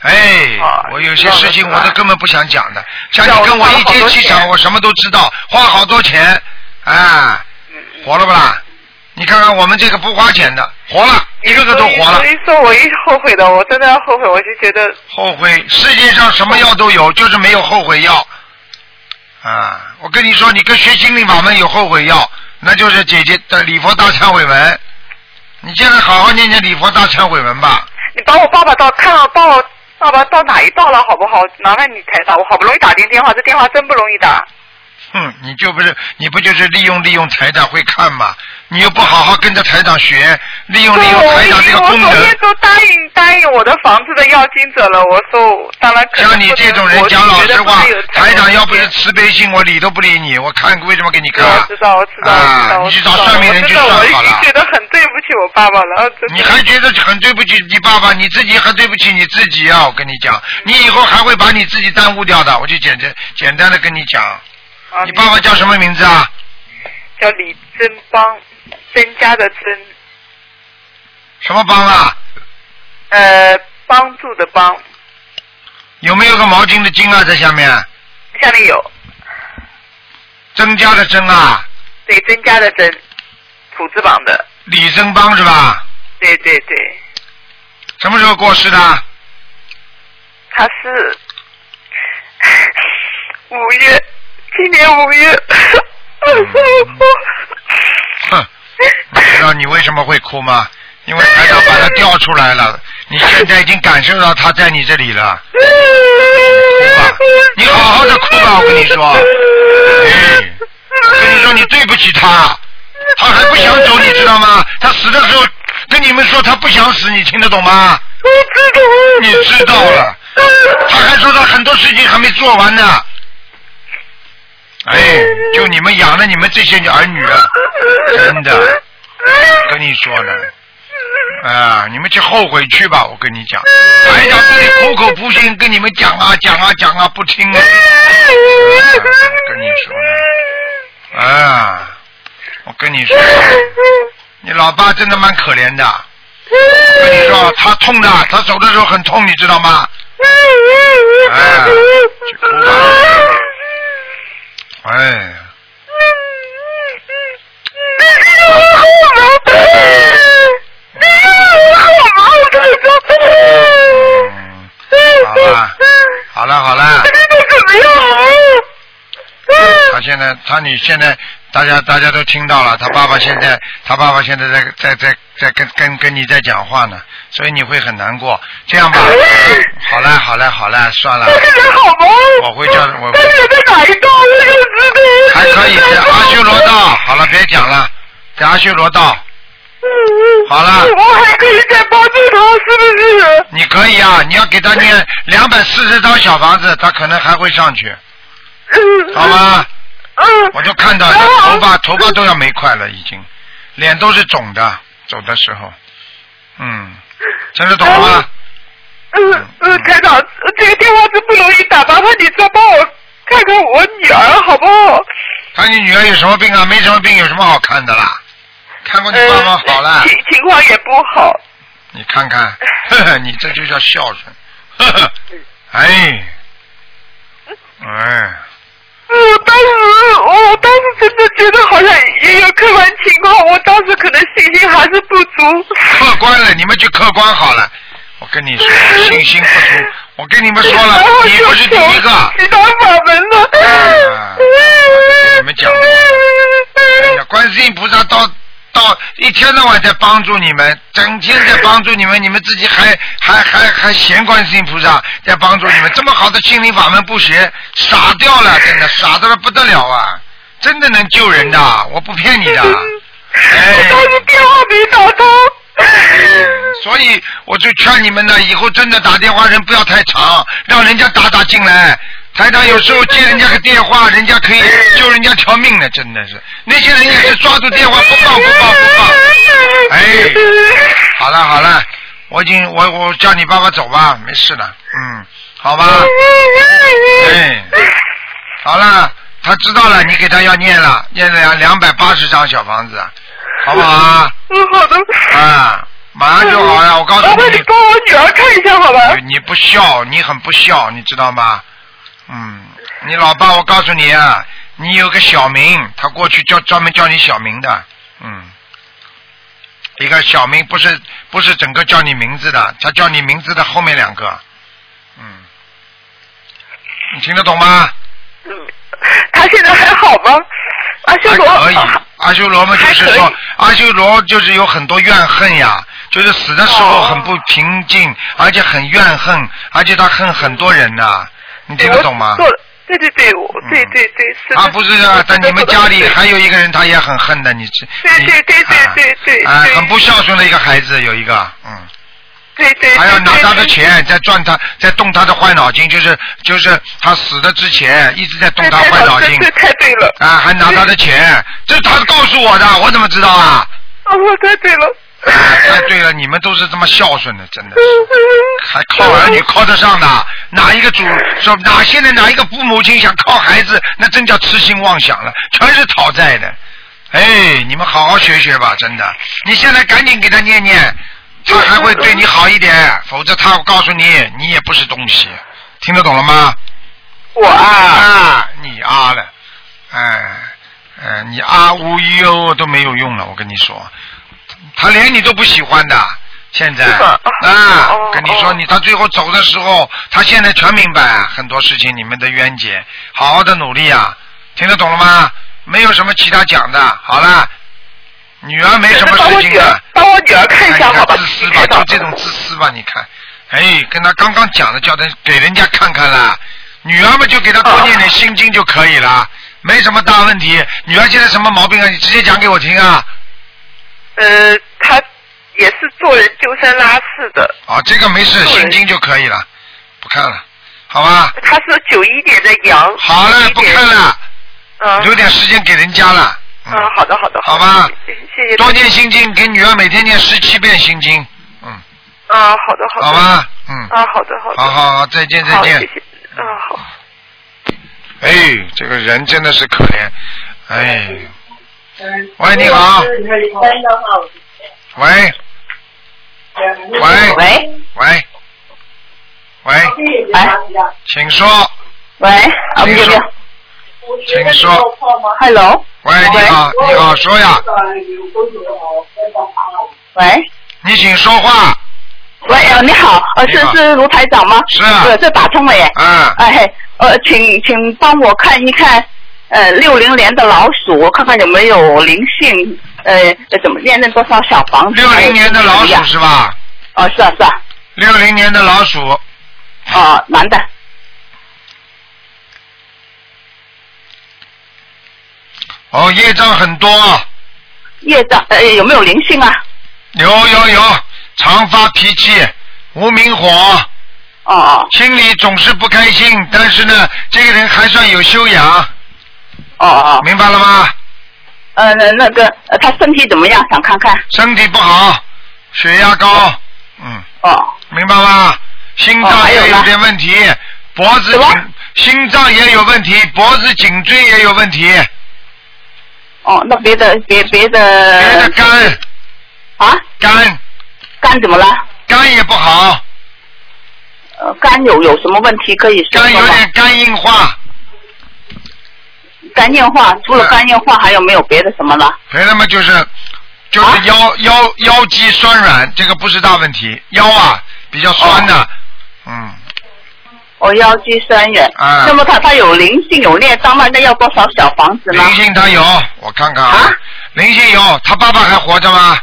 [SPEAKER 1] 哎
[SPEAKER 8] 啊，
[SPEAKER 1] 我有些事情我都根本不想讲的，像
[SPEAKER 8] 知道
[SPEAKER 1] 你
[SPEAKER 8] 了
[SPEAKER 1] 跟我一
[SPEAKER 8] 花了好
[SPEAKER 1] 接
[SPEAKER 8] 多
[SPEAKER 1] 气场，
[SPEAKER 8] 钱
[SPEAKER 1] 我什么都知道，花好多钱，啊，
[SPEAKER 8] 嗯嗯
[SPEAKER 1] 活了不啦？你看看我们这个不花钱的，活了，一个个都活了
[SPEAKER 8] 所。以所以说我一后悔的，我真的要后悔，我就觉得
[SPEAKER 1] 后悔，世界上什么药都
[SPEAKER 8] 哦
[SPEAKER 1] 有，就是没有后悔药。啊，我跟你说，你跟学心灵法门有后悔药，那就是姐姐的礼佛大忏悔文。你现在好好念念礼佛大忏悔文吧。
[SPEAKER 8] 你把我爸爸到看到到爸爸到哪一道了，好不好？麻烦你台长，我好不容易打进电话，这电话真不容易打。
[SPEAKER 1] 哼，你就不是你不就是利用利用台长会看嘛？你又不好好跟着台长学，利用利用
[SPEAKER 8] 我
[SPEAKER 1] 台长这个
[SPEAKER 8] 我
[SPEAKER 1] 功
[SPEAKER 8] 昨
[SPEAKER 1] 能
[SPEAKER 8] 天。都答应答应我的房子的要经者了，我说当然可能
[SPEAKER 1] 像你这种人
[SPEAKER 8] 我
[SPEAKER 1] 讲老
[SPEAKER 8] 觉
[SPEAKER 1] 实
[SPEAKER 8] 得不
[SPEAKER 1] 话
[SPEAKER 8] 能有，
[SPEAKER 1] 台长要不是
[SPEAKER 8] 太多时间
[SPEAKER 1] 慈悲心，我理都不理你。我看为什么给你看？
[SPEAKER 8] 我知道，我知道，我知
[SPEAKER 1] 啊
[SPEAKER 8] 道，我
[SPEAKER 1] 你去
[SPEAKER 8] 知
[SPEAKER 1] 找
[SPEAKER 8] 道，
[SPEAKER 1] 算命人
[SPEAKER 8] 我
[SPEAKER 1] 去
[SPEAKER 8] 知道，
[SPEAKER 1] 算
[SPEAKER 8] 我已
[SPEAKER 1] 好
[SPEAKER 8] 经
[SPEAKER 1] 了。
[SPEAKER 8] 觉得很对不起我爸爸了。啊真的
[SPEAKER 1] 你还觉得很对不起你爸爸，你自己还对不起你自己啊！我跟你讲，你以后还会把你自己耽误掉的。我就简单简单的跟你讲，
[SPEAKER 8] 啊
[SPEAKER 1] 你爸爸叫什么名字啊？
[SPEAKER 8] 叫李真邦，增加的增，
[SPEAKER 1] 什么帮啊？
[SPEAKER 8] 呃，帮助的帮，
[SPEAKER 1] 有没有个毛巾的巾啊在下面？
[SPEAKER 8] 下面有
[SPEAKER 1] 增加的增啊，
[SPEAKER 8] 对增加的增，土字旁的，
[SPEAKER 1] 李增帮是吧？
[SPEAKER 8] 对对对，
[SPEAKER 1] 什么时候过世的？
[SPEAKER 8] 他是 五月，今年五月，
[SPEAKER 1] 哼，你知道你为什么会哭吗？因为台长把他调出来了，你现在已经感受到他在你这里了。哭吧，你好好的哭啊吧，我跟你说。哎，我跟你说，你对不起他，他还不想走，你知道吗？他死的时候跟你们说他不想死，你听得懂吗？我知道。你知道了，他还说他很多事情还没做完呢。哎，就你们养了你们这些儿女啊，真的， 跟你说呢。啊，你们去后悔去吧，我跟你讲，台长自己苦口婆心跟你们讲啊讲啊讲啊，不听啊，啊跟你说呢，啊，我跟你说，你老爸真的蛮可怜的，我跟你说，他痛的，他走的时候很痛，你知道吗？啊，去哭吧，哎呀，嗯他你现在大家大家都听到了，他爸爸现在他爸爸现在在在在在跟跟跟你在讲话呢，所以你会很难过。这样吧，好了好了好了，算了，
[SPEAKER 8] 好吗？
[SPEAKER 1] 啊我会叫我
[SPEAKER 8] 但是在哪一道我就知道。
[SPEAKER 1] 还可以在阿修罗道。好了，别讲了，在阿修罗道。好了，
[SPEAKER 8] 嗯我还可以再帮助他，是不是？
[SPEAKER 1] 你可以啊，你要给他念两百四十张小房子，他可能还会上去，
[SPEAKER 8] 嗯
[SPEAKER 1] 好吗？我就看到他头发头发都要没块了，已经，脸都是肿的，走的时候，嗯，真的懂了吗？
[SPEAKER 8] 嗯嗯，台长，这个电话是不容易打，麻烦你再帮我看看我女儿好不好？
[SPEAKER 1] 看你女儿有什么病啊？没什么病，有什么好看的啦？看过你爸妈好了。
[SPEAKER 8] 哎情情况也不好。
[SPEAKER 1] 你看 看，呵呵，你这就叫孝顺，
[SPEAKER 8] 嗯
[SPEAKER 1] 呵呵，哎，哎，
[SPEAKER 8] 嗯，当时我当时真的觉得好像也有客观情况，我当时可能信心还是不足。
[SPEAKER 1] 客观了，你们去客观好了。我跟你说，信心不足。我跟你们说了
[SPEAKER 8] 然后，
[SPEAKER 1] 你
[SPEAKER 8] 就
[SPEAKER 1] 不是第一个。
[SPEAKER 8] 求其他法门了。
[SPEAKER 1] 啊跟你们讲过，哎呀，观世音菩萨到到一天到晚在帮助你们，整天在帮助你们，你们自己还还还还嫌观世音菩萨在帮助你们，这么好的心灵法门不学，傻掉了，真的傻的了不得了啊！真的能救人的，我不骗你的。哎，
[SPEAKER 8] 电话没打通。
[SPEAKER 1] 所以我就劝你们呢，以后真的打电话人不要太长，让人家打打进来。台长有时候接人家个电话，人家可以救人家条命呢，真的是。那些人也是抓住电话不放不放不放。哎，好了好了，我已经我我叫你爸爸走吧，没事了，嗯，好吧。哎，好了，他知道了，你给他要念了，念了两百八十张小房子，好不好啊？
[SPEAKER 8] 嗯，好的。
[SPEAKER 1] 啊，马上就好了，我告诉
[SPEAKER 8] 麻烦
[SPEAKER 1] 你
[SPEAKER 8] 你，帮我女儿看一下好吧？
[SPEAKER 1] 你不孝，你很不孝，你知道吗？嗯，你老爸，我告诉你啊，你有个小名，他过去叫专门叫你小名的，嗯，一个小名不是不是整个叫你名字的，他叫你名字的后面两个，嗯，你听得懂吗？
[SPEAKER 8] 她现在还好吗？啊阿修罗，
[SPEAKER 1] 可以，阿修罗嘛，就是
[SPEAKER 8] 还
[SPEAKER 1] 说
[SPEAKER 8] 可以，
[SPEAKER 1] 阿修罗就是有很多怨恨呀，就是死的时候很不平静，而且很怨恨，而且他恨很多人呐、你听得懂吗？
[SPEAKER 8] 哎对我做了，对对对，我对对对，是的。
[SPEAKER 1] 啊，不是啊，在
[SPEAKER 8] 真的
[SPEAKER 1] 你们
[SPEAKER 8] 做得
[SPEAKER 1] 家里
[SPEAKER 8] 对
[SPEAKER 1] 还有一个人，他也很恨的，你知
[SPEAKER 8] 对对对对对对，
[SPEAKER 1] 啊，
[SPEAKER 8] 对
[SPEAKER 1] 很不孝顺的一个孩子，有一个，嗯，
[SPEAKER 8] 对对，对
[SPEAKER 1] 还要拿他的钱在赚他，在动他的坏脑筋，就是就是他死的之前一直在动他
[SPEAKER 8] 对
[SPEAKER 1] 坏
[SPEAKER 8] 对
[SPEAKER 1] 脑筋
[SPEAKER 8] 对，太对了，
[SPEAKER 1] 啊，还拿他的钱，这他告诉我的，我怎么知道啊？
[SPEAKER 8] 哦，太对了。
[SPEAKER 1] 啊，太对了，你们都是这么孝顺的，真的是，还靠儿女靠得上的，哪一个主说哪现在哪一个父母亲想靠孩子，那真叫痴心妄想了，全是讨债的。哎，你们好好学学吧，真的，你现在赶紧给他念念，他还会对你好一点，否则他我告诉你，你也不是东西，听得懂了吗？
[SPEAKER 8] 我
[SPEAKER 1] 啊，你啊了，哎，哎，你啊无一哦都没有用了，我跟你说，他连你都不喜欢的，现在啊，
[SPEAKER 8] 哦
[SPEAKER 1] 跟你说，你他最后走的时候，他现在全明白很多事情，你们的冤结，好好的努力啊，听得懂了吗？没有什么其他讲的，好了，女儿没什么事情的，
[SPEAKER 8] 帮我女儿看一下
[SPEAKER 1] 你
[SPEAKER 8] 好吧
[SPEAKER 1] 看自私吧，就这种自私吧，你看，哎，跟他刚刚讲的，叫他给人家看看啦。女儿们就给他多念点心经就可以了，没什么大问题。女儿现在什么毛病啊？你直接讲给我听啊！
[SPEAKER 8] 呃，她也是做人丢三落四的，
[SPEAKER 1] 啊，这个没事，
[SPEAKER 8] 对
[SPEAKER 1] 心经就可以了，不看了，好吧？
[SPEAKER 8] 她是九一年的羊。
[SPEAKER 1] 好了，不看了，
[SPEAKER 8] 嗯
[SPEAKER 1] 留点时间给人家了，
[SPEAKER 8] 嗯，好的好的，
[SPEAKER 1] 好吧？
[SPEAKER 8] 谢谢。
[SPEAKER 1] 多念心经，给女儿每天念十七遍心经，
[SPEAKER 8] 啊，好的好的。
[SPEAKER 1] 好吧？嗯，
[SPEAKER 8] 啊，好的好的。
[SPEAKER 1] 好好好，再见再
[SPEAKER 8] 好
[SPEAKER 1] 见。
[SPEAKER 8] 谢谢。啊，好。
[SPEAKER 1] 哎，这个人真的是可怜，哎，喂，你好，喂，喂，
[SPEAKER 3] 喂，
[SPEAKER 1] 喂，喂，请说，
[SPEAKER 3] 喂，啊，不对不对
[SPEAKER 1] 请说，
[SPEAKER 3] ，Hello，
[SPEAKER 1] 喂，你好，你好，说呀，
[SPEAKER 3] 喂，
[SPEAKER 1] 你请说话，
[SPEAKER 3] 喂，呃，你好，呃，是是卢台长吗？
[SPEAKER 1] 是啊
[SPEAKER 3] 呃，这打通了耶。
[SPEAKER 1] 嗯，
[SPEAKER 3] 哎嘿，呃，请请帮我看一看，呃六零年的老鼠，我看看有没有灵性，呃怎么念念多少小房子？
[SPEAKER 1] 六零年的
[SPEAKER 3] 哎
[SPEAKER 1] 老鼠是吧？
[SPEAKER 3] 哦，是啊是啊。
[SPEAKER 1] 六零年的老鼠。
[SPEAKER 3] 哦，男的。
[SPEAKER 1] 哦，业障很多。啊
[SPEAKER 3] 业障呃有没有灵性啊？
[SPEAKER 1] 有有有，常发脾气，无名火。
[SPEAKER 3] 哦。
[SPEAKER 1] 心里总是不开心，但是呢，这个人还算有修养。
[SPEAKER 3] 哦哦。
[SPEAKER 1] 明白了吗？
[SPEAKER 3] 呃，那那个呃他身体怎么样？想看看。
[SPEAKER 1] 身体不好，血压高，嗯。
[SPEAKER 3] 哦。
[SPEAKER 1] 明白吗？心
[SPEAKER 3] 哦
[SPEAKER 1] 脏
[SPEAKER 3] 还有
[SPEAKER 1] 也
[SPEAKER 3] 呢
[SPEAKER 1] 有点问题，脖子颈，心脏也有问题，脖子颈椎也有问题。
[SPEAKER 3] 哦，那别的别别的。别的
[SPEAKER 1] 肝。
[SPEAKER 3] 啊？
[SPEAKER 1] 肝。
[SPEAKER 3] 肝怎么了？
[SPEAKER 1] 肝也不好。
[SPEAKER 3] 呃，肝有有什么问题可以说肝有点
[SPEAKER 1] 肝硬化。
[SPEAKER 3] 肝硬化，除了肝硬化，还有没有别的什么了？
[SPEAKER 1] 陪他们就是
[SPEAKER 3] 啊
[SPEAKER 1] 就是腰、腰腰肌酸软，这个不是大问题，腰啊比较酸的，嗯，
[SPEAKER 3] 哦，腰肌酸软。
[SPEAKER 1] 啊
[SPEAKER 3] 那么他他有灵性有孽障，那那要多少小房子呢？
[SPEAKER 1] 灵性他有，我看看啊，灵性有，他爸爸还活着吗？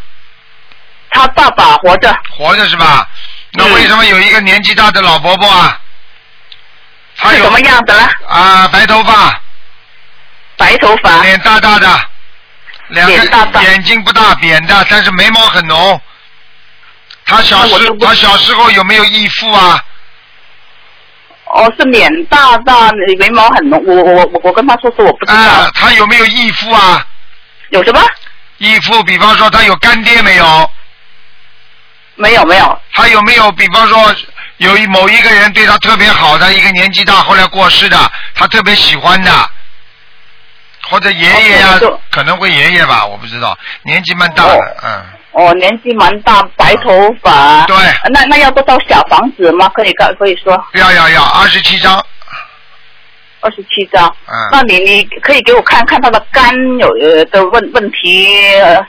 [SPEAKER 3] 他爸爸活着。
[SPEAKER 1] 活着是吧？那为什么有一个年纪大的老伯伯啊？他有
[SPEAKER 3] 什么样子了？
[SPEAKER 1] 啊，白头发。
[SPEAKER 3] 白头发。
[SPEAKER 1] 脸大大的，两个眼睛不大，扁的，但是眉毛很浓。他小
[SPEAKER 3] 那我
[SPEAKER 1] 时
[SPEAKER 3] 就不
[SPEAKER 1] 他小时候有没有义父啊？
[SPEAKER 3] 哦，是脸大大，眉毛很浓。我我我我跟他说说我不知道。
[SPEAKER 1] 啊，他有没有义父啊？
[SPEAKER 3] 有什么？
[SPEAKER 1] 义父，比方说他有干爹没有？
[SPEAKER 3] 没有没有。
[SPEAKER 1] 他有没有比方说有一某一个人对他特别好的，一个年纪大后来过世的，他特别喜欢的，或者爷爷呀、
[SPEAKER 3] 哦就
[SPEAKER 1] 可能会爷爷吧，我不知道，年纪蛮大的，嗯。
[SPEAKER 3] 哦，年纪蛮大，白头发。
[SPEAKER 1] 对。
[SPEAKER 3] 那那要多少小房子吗？可以可可以说
[SPEAKER 1] 要要要，二十七张，
[SPEAKER 3] 二十七张。
[SPEAKER 1] 嗯。
[SPEAKER 3] 那你你可以给我看看他的肝有呃的问问题。呃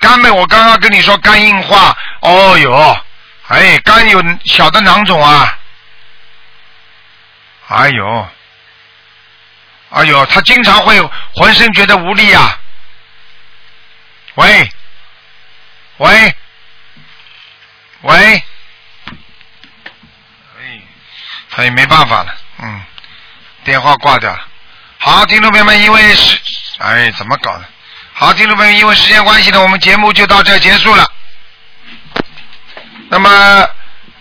[SPEAKER 1] 肝妹，我刚刚跟你说肝硬化，哦哟，哎，肝有小的囊肿啊，哎呦，哎呦，他经常会浑身觉得无力啊。喂，喂，喂，哎，哎，没办法了，嗯，电话挂掉了。好，听众朋友们，因为是，哎，怎么搞的？好，听众朋友们，因为时间关系呢，我们节目就到这儿结束了。那么，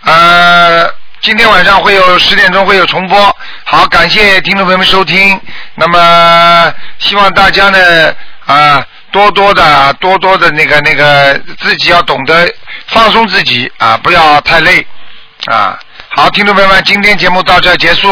[SPEAKER 1] 呃，今天晚上会有十点钟会有重播。好，感谢听众朋友们收听。那么，希望大家呢，啊、多多的、多多的那个、那个，自己要懂得放松自己啊，不要太累啊。好，听众朋友们，今天节目到这儿结束。